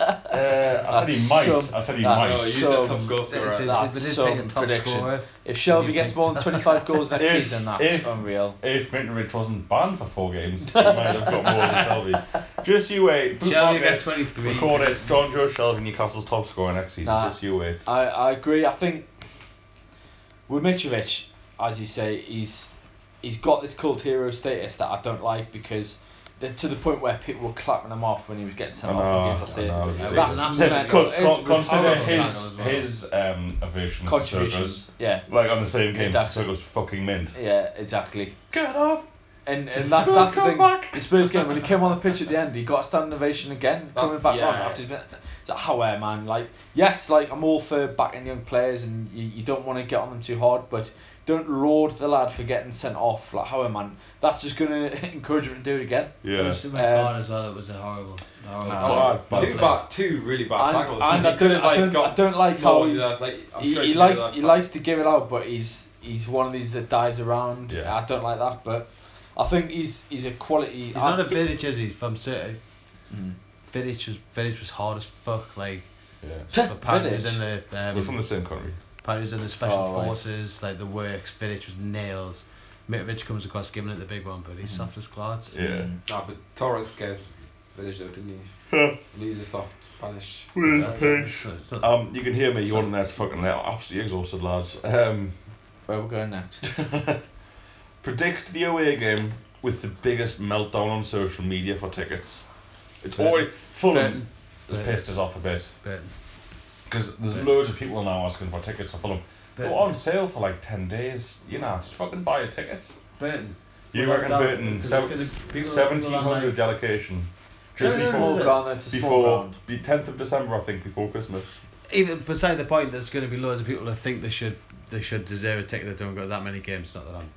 Speaker 1: Uh, I said he
Speaker 2: That's
Speaker 1: might.
Speaker 2: so-
Speaker 1: I said he
Speaker 2: that's
Speaker 1: might.
Speaker 3: No, you said
Speaker 2: So-
Speaker 3: top goal
Speaker 4: Did- did-
Speaker 3: scorer.
Speaker 4: did
Speaker 2: That's
Speaker 4: this
Speaker 2: some
Speaker 4: pick a top
Speaker 2: prediction.
Speaker 4: scorer?
Speaker 2: If Shelby
Speaker 4: You
Speaker 2: gets
Speaker 4: picked-
Speaker 2: more than twenty five goals
Speaker 1: (laughs)
Speaker 2: next
Speaker 1: If-
Speaker 2: season, that's
Speaker 1: if-
Speaker 2: unreal.
Speaker 1: If Mitrovic wasn't banned for four games, he might have got more than Shelby. Just you wait.
Speaker 4: Shelby
Speaker 1: Bookmark
Speaker 4: gets
Speaker 1: this,
Speaker 4: 23.
Speaker 1: Record it. John Joe Shelby, Newcastle's top scorer next season.
Speaker 2: Nah.
Speaker 1: Just you wait.
Speaker 2: I, I agree. I think with Mitrovic, as you say, he's he's got this cult hero status that I don't like because they're to the point where people were clapping him off when he was getting
Speaker 1: I
Speaker 2: sent
Speaker 1: know,
Speaker 2: off for games. I
Speaker 1: I
Speaker 2: said,
Speaker 1: know, it's
Speaker 3: That's
Speaker 1: ridiculous.
Speaker 3: an
Speaker 2: absolute
Speaker 1: Con-
Speaker 2: mental-
Speaker 1: con-
Speaker 2: it's
Speaker 1: Consider
Speaker 2: horrible
Speaker 1: his
Speaker 3: tackle as
Speaker 1: his um, aversion to Circus.
Speaker 2: contributions. Yeah,
Speaker 1: Like on the same game,
Speaker 2: Exactly.
Speaker 1: Circus fucking mint.
Speaker 2: yeah, exactly.
Speaker 1: Get off!
Speaker 2: And and that's
Speaker 1: Don't
Speaker 2: that's the
Speaker 1: come
Speaker 2: thing.
Speaker 1: back.
Speaker 2: The Spurs game when he came on the pitch at the end, he got a standing ovation again coming
Speaker 3: That's-
Speaker 2: back on
Speaker 3: yeah.
Speaker 2: after he's been. It's like, how air man, like yes, like I'm all for backing young players and you, you don't want to get on them too hard, but don't reward the lad for getting sent off. Like how air man, that's just gonna (laughs) encourage him to do it again.
Speaker 1: Yeah.
Speaker 4: Just my God as well. It was a horrible, a horrible.
Speaker 2: Nah.
Speaker 1: Bad, bad
Speaker 3: two
Speaker 1: place.
Speaker 3: bad, two really bad
Speaker 2: And,
Speaker 3: tackles.
Speaker 2: and I,
Speaker 3: he could
Speaker 2: don't,
Speaker 3: have
Speaker 2: I,
Speaker 3: like
Speaker 2: don't, I
Speaker 3: got
Speaker 2: don't like how
Speaker 3: more.
Speaker 2: he's,
Speaker 3: that's like, I'm
Speaker 2: he,
Speaker 3: sure
Speaker 2: he
Speaker 3: could have
Speaker 2: likes he
Speaker 3: that.
Speaker 2: likes to give it out, but he's he's one of these that dives around.
Speaker 1: Yeah.
Speaker 2: I don't like that, but I think he's he's a quality.
Speaker 4: He's not a village, is he? From City.
Speaker 2: Mm.
Speaker 4: Village was village was hard as
Speaker 2: (laughs)
Speaker 4: fuck. Like
Speaker 1: Yeah.
Speaker 4: apparently he was in
Speaker 2: Vidic?
Speaker 4: the um,
Speaker 1: We're from the same country.
Speaker 4: apparently he was in the special
Speaker 2: Oh, right.
Speaker 4: forces, like the works. Village was nails. Mitrovic comes across giving it the big one, but he's
Speaker 2: Mm.
Speaker 4: soft as clods.
Speaker 1: Yeah.
Speaker 3: Nah, but Torres gets village though, didn't he? He's a soft Spanish.
Speaker 4: That's- it's not-
Speaker 1: Um, you can hear me yawning there. It's fucking loud. Absolutely exhausted, lads. Um,
Speaker 2: Where we're going next?
Speaker 1: predict the away game with the biggest meltdown on social media for tickets. It's
Speaker 4: Burton.
Speaker 1: already Fulham
Speaker 4: Burton.
Speaker 1: has
Speaker 4: Burton.
Speaker 1: pissed us off a bit
Speaker 4: Burton.
Speaker 1: because there's
Speaker 4: Burton.
Speaker 1: loads of people now asking for tickets for Fulham. They're
Speaker 4: Burton.
Speaker 1: on sale for like ten days. You know, just fucking buy a ticket.
Speaker 4: Burton.
Speaker 1: You
Speaker 4: Well,
Speaker 1: reckon
Speaker 4: that-
Speaker 1: Burton
Speaker 4: because
Speaker 1: sev-
Speaker 4: it's gonna- people- people are
Speaker 1: seventeen hundred
Speaker 4: like-
Speaker 1: allocation
Speaker 4: No,
Speaker 1: just
Speaker 4: no, no,
Speaker 1: before
Speaker 4: no.
Speaker 2: ground, it's a small
Speaker 1: before
Speaker 2: ground.
Speaker 1: the tenth of December, I think, before Christmas.
Speaker 4: Even beside the point, there's going to be loads of people that think they should they should deserve a ticket that don't go to that many games. Not that I'm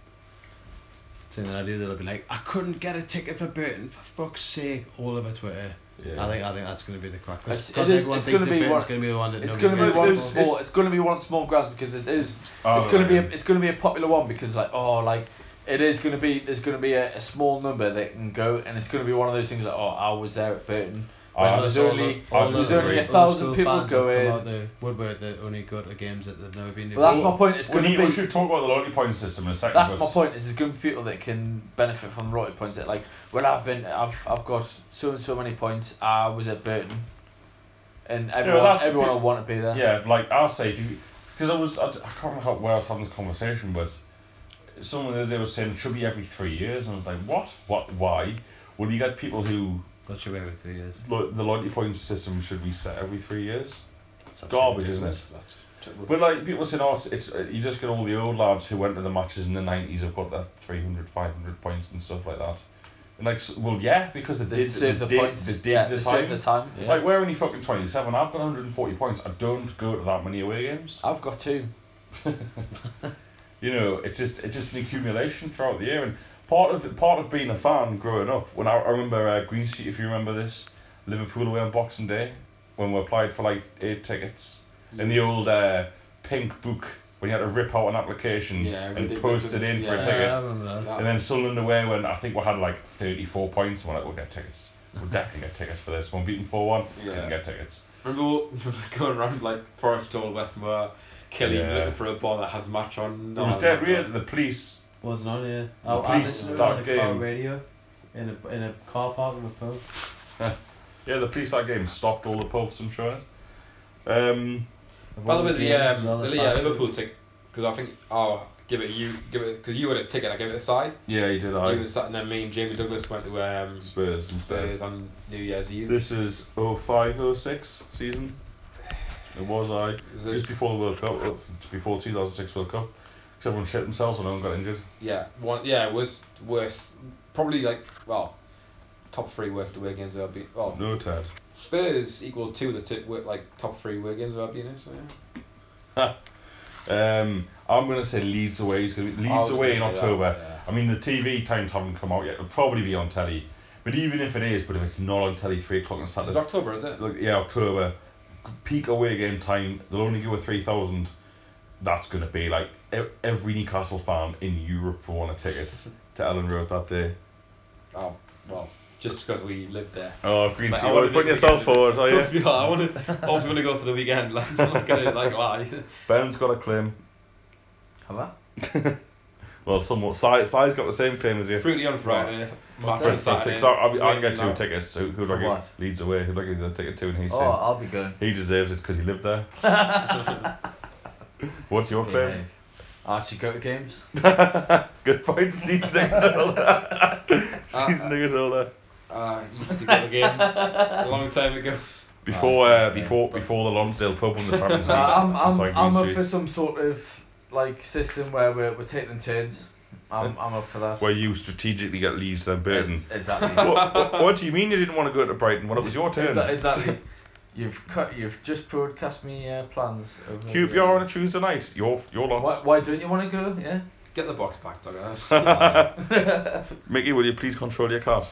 Speaker 4: saying that I do. They'll be like, I couldn't get a ticket for Burton. For fuck's sake, all over Twitter.
Speaker 1: Yeah.
Speaker 4: I think I think that's going to be the crack.
Speaker 2: It's-
Speaker 4: Because
Speaker 2: it is-
Speaker 4: everyone
Speaker 2: it's
Speaker 4: thinks
Speaker 2: gonna
Speaker 4: that
Speaker 2: be
Speaker 4: Burton's
Speaker 2: one-
Speaker 4: going to be the one that
Speaker 2: It's
Speaker 4: nobody
Speaker 2: going to
Speaker 4: goes
Speaker 2: be one
Speaker 4: to.
Speaker 1: It's-
Speaker 2: small. It's, going to be one small ground because it is.
Speaker 1: Oh,
Speaker 2: it's going to be. A,
Speaker 1: yeah.
Speaker 2: it's going to be a popular one because like oh like it is going to be. There's going to be a, a small number that can go, and it's going to be one of those things like oh I was there at Burton.
Speaker 1: I-
Speaker 2: Well, there's
Speaker 4: All
Speaker 2: only-
Speaker 4: the- all
Speaker 1: I
Speaker 4: the
Speaker 1: there's
Speaker 4: old
Speaker 1: only a
Speaker 4: school
Speaker 2: thousand people
Speaker 4: fans that
Speaker 2: go
Speaker 4: come
Speaker 2: in.
Speaker 4: out the Woodward that only go to games that they've never been to.
Speaker 2: But that's
Speaker 1: Well,
Speaker 2: my point. It's
Speaker 1: we,
Speaker 2: going to
Speaker 1: need,
Speaker 2: be.
Speaker 1: we should talk about the loyalty point system in a second.
Speaker 2: That's my
Speaker 1: because-
Speaker 2: point. Is there's going to be people that can benefit from the loyalty points. That like, well, I've been, I've, I've got so and so many points. I was at Burton, and everyone,
Speaker 1: that's-
Speaker 2: everyone will want to be there.
Speaker 1: Yeah, like I'll say if you because I was I, d- I can't remember how, where I was having this conversation, but someone the other day was saying it should be every three years, and I was like, what, what, why? Well, you get people who
Speaker 4: Got your way with three years.
Speaker 1: lo- the loyalty points system should reset every three years.
Speaker 4: That's
Speaker 1: Garbage, isn't it?
Speaker 3: That's
Speaker 1: But like people saying, oh, it's, it's uh, you just get all the old lads who went to the matches in the nineties have got their 300, 500 points and stuff like that. And like, s- well, yeah, because they,
Speaker 2: They
Speaker 1: did
Speaker 2: serve
Speaker 1: they
Speaker 2: the
Speaker 1: did,
Speaker 2: points.
Speaker 1: They did
Speaker 2: yeah,
Speaker 1: the
Speaker 2: they
Speaker 1: time.
Speaker 2: serve the time. Yeah.
Speaker 1: Like we're only fucking twenty seven. I've got one hundred and forty points. I don't go to that many away games.
Speaker 2: I've got two.
Speaker 1: you know, it's just it's just an accumulation throughout the year. And part of part of being a fan growing up, when I, I remember uh, Green Street, if you remember this, Liverpool away on Boxing Day, when we applied for like eight tickets in the old uh, pink book when you had to rip out an application
Speaker 3: Yeah,
Speaker 1: and
Speaker 3: ridiculous,
Speaker 1: post it
Speaker 3: isn't
Speaker 1: in
Speaker 3: it?
Speaker 1: for a
Speaker 3: Yeah.
Speaker 1: ticket.
Speaker 4: I remember that.
Speaker 1: And then Sunderland away when I think we had like 34 points and we're like, we'll get tickets.
Speaker 3: (laughs)
Speaker 1: We'll definitely get tickets for this one. Beaten 4 1,
Speaker 3: Yeah.
Speaker 1: didn't get tickets.
Speaker 3: (laughs) Remember all- going around like Forest Hall, Westmoor, Killing,
Speaker 1: Yeah.
Speaker 3: looking for a ball that has a match on.
Speaker 1: it was dead weird. The police,
Speaker 4: Wasn't on here.
Speaker 1: The police
Speaker 4: on a
Speaker 1: start
Speaker 4: car
Speaker 1: game.
Speaker 4: radio in a in a car park of a pub.
Speaker 1: yeah, the police that game stopped all the pubs, I'm sure. Um,
Speaker 3: By the way, the,
Speaker 4: Games as
Speaker 3: um,
Speaker 4: well,
Speaker 3: the
Speaker 4: the
Speaker 3: yeah,
Speaker 4: fast
Speaker 3: Liverpool
Speaker 4: food.
Speaker 3: ticket, because I think, oh, give it you, give it, because you had a ticket, I gave it aside.
Speaker 1: yeah, he did.
Speaker 3: You
Speaker 1: I
Speaker 3: were sat, and then me and Jamie Douglas went to um,
Speaker 1: Spurs
Speaker 3: Spurs
Speaker 1: instead.
Speaker 3: on New Year's Eve.
Speaker 1: This is 05 06 season. It was I.
Speaker 3: It was a-
Speaker 1: Just before the World Cup, uh, before 2006 World Cup. 'Cause everyone shit themselves and no one got injured.
Speaker 3: yeah, one, yeah, it was worse. Probably like, well, top three work away games there will be. Well,
Speaker 1: No, Ted.
Speaker 3: Spurs equal to the tip work, like top three work games there will be in it, so yeah.
Speaker 1: Um, I'm going to say Leeds away. It's gonna be
Speaker 3: I
Speaker 1: Leeds
Speaker 3: was
Speaker 1: away in
Speaker 3: gonna say that,
Speaker 1: October.
Speaker 3: yeah.
Speaker 1: I mean, the TV times haven't come out yet. It'll probably be on telly. But even if it is, but if it's not on telly, 3 o'clock on
Speaker 3: It's
Speaker 1: Saturday.
Speaker 3: October, is it?
Speaker 1: Look, yeah, October. Peak away game time. They'll only give a 3,000. That's going to be like e- every Newcastle fan in Europe will want a ticket to Ellen Road that day.
Speaker 3: Oh, well, just because we lived there.
Speaker 1: Oh, Green
Speaker 3: Like,
Speaker 1: like,
Speaker 3: I wanna
Speaker 1: you're putting
Speaker 3: be-
Speaker 1: yourself forward, are you?
Speaker 3: Oh,
Speaker 1: (laughs)
Speaker 3: (laughs) Yeah, I want to. I was going to go for the weekend. Like, (laughs) I'm not gonna like lie.
Speaker 1: Ben's got a claim.
Speaker 6: Have I?
Speaker 1: Well, somewhat. Si, Si's got the same claim as you.
Speaker 3: (laughs) Fruity on Friday. Matt
Speaker 1: For
Speaker 3: on
Speaker 1: instance,
Speaker 3: Saturday.
Speaker 1: I, I, I can
Speaker 3: Wait,
Speaker 1: get two
Speaker 3: no.
Speaker 1: tickets. So who do I
Speaker 6: For
Speaker 1: get?
Speaker 6: what?
Speaker 1: Leeds away. Who do I give the ticket to? And he's
Speaker 6: Oh,
Speaker 1: saying
Speaker 6: I'll be going.
Speaker 1: he deserves it because he lived there.
Speaker 3: (laughs)
Speaker 1: What's your claim?
Speaker 6: Behave. I actually go to
Speaker 1: (laughs)
Speaker 6: games.
Speaker 1: Good point. (laughs) Season ticket holder.
Speaker 3: (laughs)
Speaker 1: Season ticket holder.
Speaker 3: Uh, used to go to games a long time ago.
Speaker 1: Before,
Speaker 6: yeah,
Speaker 1: uh, before, before the Lonsdale pub won the
Speaker 2: (laughs)
Speaker 1: Champions League.
Speaker 2: Ah, I'm,
Speaker 1: It's
Speaker 2: I'm,
Speaker 1: like
Speaker 2: I'm up
Speaker 1: Leeds
Speaker 2: for some sort of like system where we're, we're taking turns. I'm, I'm up for that.
Speaker 1: Where you strategically get Leeds then Burton.
Speaker 2: It's- (laughs) exactly.
Speaker 1: what, what, what do you mean you didn't want to go to Brighton? Well, it was your turn. (laughs)
Speaker 2: Exa- exactly. You've cut. You've just broadcast me uh, plans. Over the-
Speaker 1: Cube, you're on a Tuesday night. Your, your loss.
Speaker 2: Why, why don't you want to go? Yeah.
Speaker 3: Get the box back, dog. (laughs) uh,
Speaker 1: Mickey, will you please control your cat?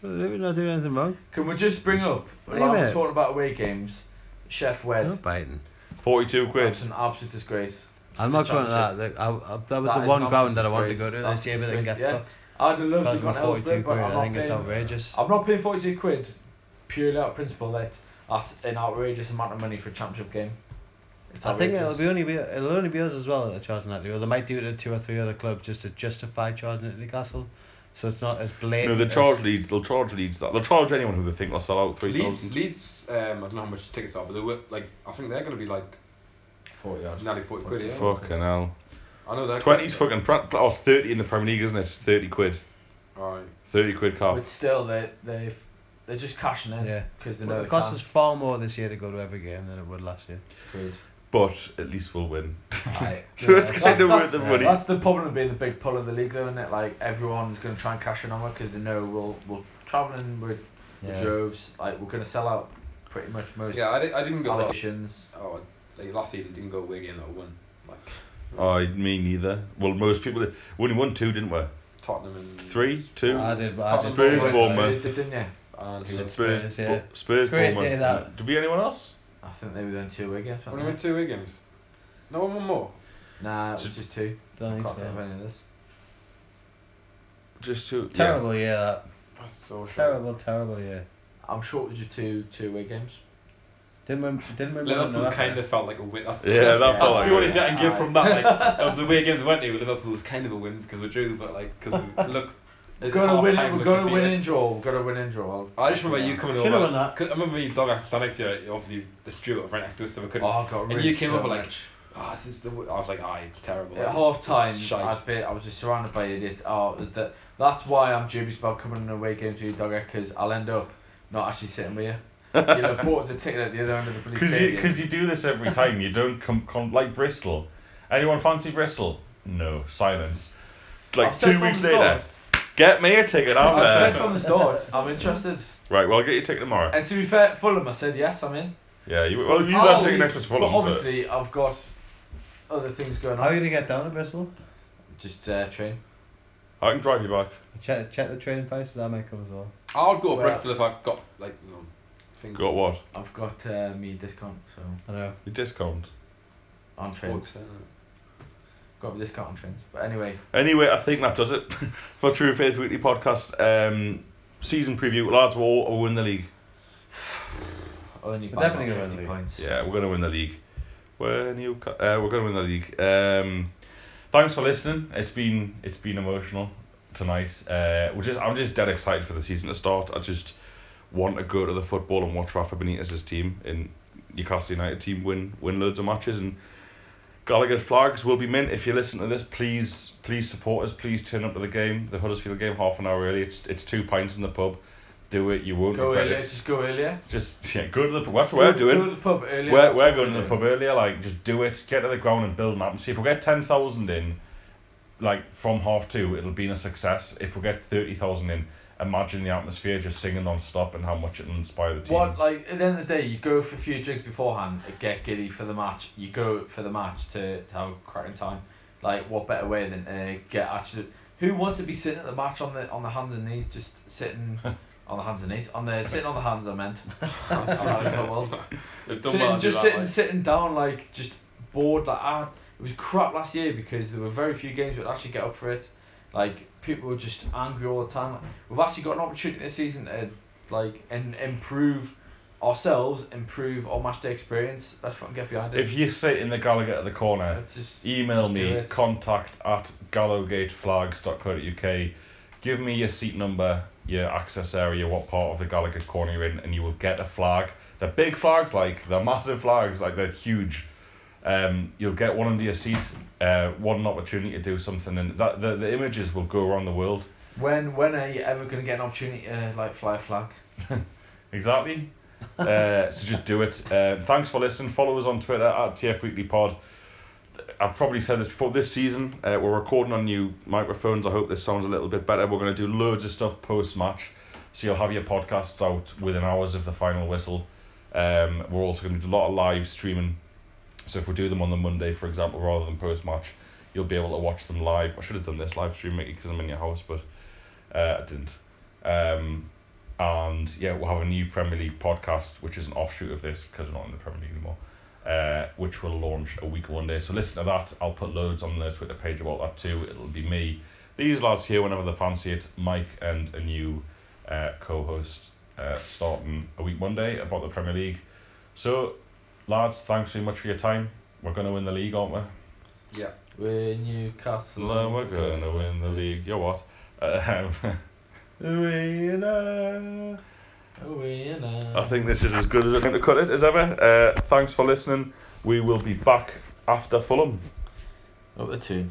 Speaker 4: So they were not doing anything wrong.
Speaker 2: Can we just bring up?
Speaker 4: Wait a
Speaker 2: like, we're
Speaker 4: minute.
Speaker 2: talking about away games. Chef
Speaker 4: They're
Speaker 2: Wed.
Speaker 4: not biting.
Speaker 1: 42 quid.
Speaker 2: That's an absolute disgrace.
Speaker 4: I'm not going to that. Look, I, I, that was
Speaker 2: That
Speaker 4: the
Speaker 2: is
Speaker 4: one
Speaker 2: not
Speaker 4: ground that I wanted to go
Speaker 2: disgrace.
Speaker 4: to
Speaker 2: That's
Speaker 4: this year, but I didn't get
Speaker 2: disgrace, yeah.
Speaker 4: fucked.
Speaker 2: I'd love to
Speaker 4: Because
Speaker 2: go
Speaker 4: my
Speaker 2: to Ellsbury,
Speaker 4: 42
Speaker 2: but
Speaker 4: quid,
Speaker 2: I'm
Speaker 4: I
Speaker 2: not
Speaker 4: think it's
Speaker 2: paying-
Speaker 4: outrageous.
Speaker 2: I'm not paying 42 quid purely out of principle that that's an outrageous amount of money for a championship game. It's
Speaker 4: I think it'll
Speaker 2: outrageous.
Speaker 4: be only be it'll only be us as well that are charging that deal. They might do it at two or three other clubs just to justify charging it at Newcastle, so it's not as
Speaker 1: No,
Speaker 4: blatant.
Speaker 1: the
Speaker 4: as-
Speaker 1: charge leads. They'll charge leads that. They'll charge anyone who they think will sell out three
Speaker 3: Leeds,
Speaker 1: thousand.
Speaker 3: Leeds. Um, I don't know how much tickets are, but they were like. I think they're gonna be like
Speaker 7: 40 yards.
Speaker 3: nearly forty quid. Yeah.
Speaker 1: Fucking hell.
Speaker 3: I know they're
Speaker 1: Twenties fucking pra- oh, it's thirty in the Premier League, isn't it? Thirty quid.
Speaker 3: Alright.
Speaker 1: Thirty quid car.
Speaker 2: But still, they they've they're just cashing in
Speaker 4: Yeah,
Speaker 2: because they know
Speaker 4: Well,
Speaker 2: they
Speaker 4: it costs
Speaker 2: can.
Speaker 4: us far more this year to go to every game than it would last year. (laughs)
Speaker 1: But at least we'll win.
Speaker 4: Aye.
Speaker 1: So it's kind of worth
Speaker 2: that's-
Speaker 1: the
Speaker 4: yeah.
Speaker 1: money.
Speaker 2: That's the problem of being the big pull of the league, though, isn't it? Like everyone's going to try and cash in on it because they know we'll we'll traveling with the
Speaker 4: yeah.
Speaker 2: droves. Like we're going to sell out pretty much most
Speaker 3: Yeah, I, di- I didn't go. Like,
Speaker 2: allocations.
Speaker 3: oh, like last season didn't go away game that won. Like
Speaker 1: I me neither. Well, most people did. we only won two, didn't we?
Speaker 3: Tottenham and
Speaker 1: Three, two.
Speaker 4: I did, but I did.
Speaker 3: Spurs,
Speaker 2: Always
Speaker 1: Bournemouth.
Speaker 2: Thursday, didn't you?
Speaker 3: And who
Speaker 4: Spurs.
Speaker 3: else?
Speaker 1: Spurs,
Speaker 4: yeah.
Speaker 1: Bo- Spurs,
Speaker 4: Great
Speaker 1: Bournemouth.
Speaker 4: day, that.
Speaker 1: Did we anyone else?
Speaker 2: I think they were doing two again.
Speaker 3: Only won two away games. No, one more.
Speaker 2: Nah, it was
Speaker 1: Just-
Speaker 2: just two.
Speaker 4: Don't think
Speaker 2: Can't think of
Speaker 4: so.
Speaker 2: any of this.
Speaker 1: Just two.
Speaker 4: Terrible year that.
Speaker 3: That's so
Speaker 4: Terrible, terrible year.
Speaker 2: I'm sure it was your two two away games.
Speaker 4: Didn't win. Didn't win.
Speaker 3: Liverpool kind of felt like a win. That's,
Speaker 1: Yeah, that
Speaker 3: that's
Speaker 1: felt like
Speaker 3: the
Speaker 1: a
Speaker 3: only
Speaker 1: win.
Speaker 3: thing I can give from
Speaker 2: (laughs)
Speaker 3: that. Like of the way games went, to, Liverpool was kind of a win because we drew, but like because
Speaker 2: (laughs)
Speaker 3: we looked.
Speaker 2: We're gonna win.
Speaker 3: half-time
Speaker 2: We're
Speaker 3: looked
Speaker 2: gonna win
Speaker 3: defeated.
Speaker 2: and draw. We're gonna win and draw.
Speaker 3: I just remember you coming
Speaker 4: Should've
Speaker 3: over.
Speaker 4: won that.
Speaker 3: 'cause I remember you dog that next year. Obviously, the drew it right next to us, so
Speaker 2: Oh,
Speaker 3: we
Speaker 2: I
Speaker 3: couldn't.
Speaker 2: got
Speaker 3: And you
Speaker 2: rinsed
Speaker 3: came
Speaker 2: so
Speaker 3: over like,
Speaker 2: much.
Speaker 3: Ah, this is the. w-" I was like, aye, terrible.
Speaker 2: At half time,
Speaker 3: Shite.
Speaker 2: I'd be, I was just surrounded by idiots. Oh, that, that's why I'm dubious about coming in away games with you, Dogger, because I'll end up not actually sitting with you.
Speaker 1: (laughs)
Speaker 2: You'll have bought us a ticket at the other end of the police
Speaker 1: Because you,
Speaker 2: stadium.
Speaker 1: cause you do this every time. You don't come com- like Bristol. Anyone fancy Bristol? No. Silence. Like
Speaker 2: I've said
Speaker 1: two
Speaker 2: from
Speaker 1: weeks
Speaker 2: the
Speaker 1: later. Get me a ticket. I'm
Speaker 2: I've said
Speaker 1: there.
Speaker 2: from the start, I'm interested.
Speaker 1: (laughs) Right. Well, I'll get you a ticket tomorrow.
Speaker 2: And to be fair, Fulham, I said yes, I'm in.
Speaker 1: Yeah. You, well, you
Speaker 2: Oh,
Speaker 1: have taken extra for
Speaker 2: But
Speaker 1: Fulham. But
Speaker 2: obviously, I've got other things going
Speaker 4: How are you
Speaker 2: on.
Speaker 4: gonna get down to Bristol?
Speaker 2: Just uh, train.
Speaker 1: I can drive you back.
Speaker 4: Check, check the train prices. I might come as well.
Speaker 3: I'll go to
Speaker 2: Well-
Speaker 3: Bristol if I've got like you know, think
Speaker 1: Got what?
Speaker 3: I've got uh, me discount, so
Speaker 4: I know.
Speaker 1: Your discount.
Speaker 3: on trains. Got me discount on trains. But anyway,
Speaker 1: Anyway, I think that does it (laughs) for True Faith Weekly Podcast. Um, season preview. Lads, we'll, we'll win the league.
Speaker 3: only
Speaker 4: We're
Speaker 3: by
Speaker 4: definitely
Speaker 3: about
Speaker 4: gonna
Speaker 3: fifty
Speaker 4: win the
Speaker 3: points.
Speaker 1: Yeah, we're gonna win the league. We're new. Uh, we're gonna win the league. Um, thanks for listening. It's been it's been emotional tonight. Uh, we're just I'm just dead excited for the season to start. I just want to go to the football and watch Rafa Benitez's team and Newcastle United team win win loads of matches and Gallagher's flags will be mint. If you listen to this, please please support us. Please turn up to the game, the Huddersfield game, half an hour early. It's it's two pints in the pub. Do it. You won't
Speaker 2: Go
Speaker 1: regret
Speaker 2: earlier,
Speaker 1: it.
Speaker 2: just go earlier.
Speaker 1: Just yeah, go to the pub. That's what we're
Speaker 2: Go-
Speaker 1: doing.
Speaker 2: Go to the pub earlier.
Speaker 1: We're,
Speaker 2: that's
Speaker 1: we're
Speaker 2: what
Speaker 1: going to the
Speaker 2: doing.
Speaker 1: pub earlier, like, just do it, get to the ground and build an atmosphere. If we get 10,000 in, like, from half two, it'll be a success. If we get 30,000 in, imagine the atmosphere just singing non stop and how much it'll inspire the team.
Speaker 2: What like at the end of the day, you go for a few drinks beforehand, get giddy for the match. You go for the match to, to have a cracking time. Like what better way than uh, get actually? Who wants to be sitting at the match on the on the hands and knees, just
Speaker 1: (laughs)
Speaker 2: sitting on the hands and knees on the sitting on the hands? I meant. (laughs) I'm sorry, I got well.
Speaker 8: They've done well to do
Speaker 2: sitting, just
Speaker 8: that,
Speaker 2: sitting
Speaker 8: like.
Speaker 2: sitting down like just bored like ah, it was crap last year because there were very few games that actually get up for it like people were just angry all the time we've actually got an opportunity this season to like and improve ourselves improve our match day experience let's fucking get behind it
Speaker 1: if you E sit in the Gallagher at the corner,
Speaker 2: let's just
Speaker 1: email
Speaker 2: just do
Speaker 1: me,
Speaker 2: it.
Speaker 1: contact at gallowgateflags.co.uk. Give me your seat number, your access area, what part of the Gallagher corner you're in, and you will get a flag. They're big flags, like they're massive flags, like they're huge. Um, you'll get one under your seat, uh, one opportunity to do something, and that the, the images will go around the world.
Speaker 2: when when are you ever going to get an opportunity to like fly a flag
Speaker 1: Exactly. uh, so just do it. Uh, thanks for listening. Follow us on Twitter at TF Weekly Pod. I've probably said this before. This season, uh, we're recording on new microphones. I hope this sounds a little bit better. We're going to do loads of stuff post match, so you'll have your podcasts out within hours of the final whistle. Um, we're also going to do a lot of live streaming. So if we do them on the Monday, for example, rather than post match, you'll be able to watch them live. I should have done this live stream, Mickey, because I'm in your house, but uh, I didn't. Um, and yeah, we'll have a new Premier League podcast, which is an offshoot of this because we're not in the Premier League anymore. Uh, which will launch a week one day. So listen to that. I'll put loads on the Twitter page about that too. It'll be me, these lads here whenever they fancy it. Mike and a new uh, co-host uh, starting a week Monday about the Premier League. So, lads, thanks very much for your time. We're gonna win the league, aren't we?
Speaker 9: Yeah.
Speaker 2: we're Newcastle
Speaker 1: Well, we're gonna win the league. You're what? (laughs) Um, we know.
Speaker 2: we in uh, a-
Speaker 1: I think this is as good as it's going to cut it as ever. Uh, thanks for listening. We will be back after Fulham.
Speaker 3: up the tune.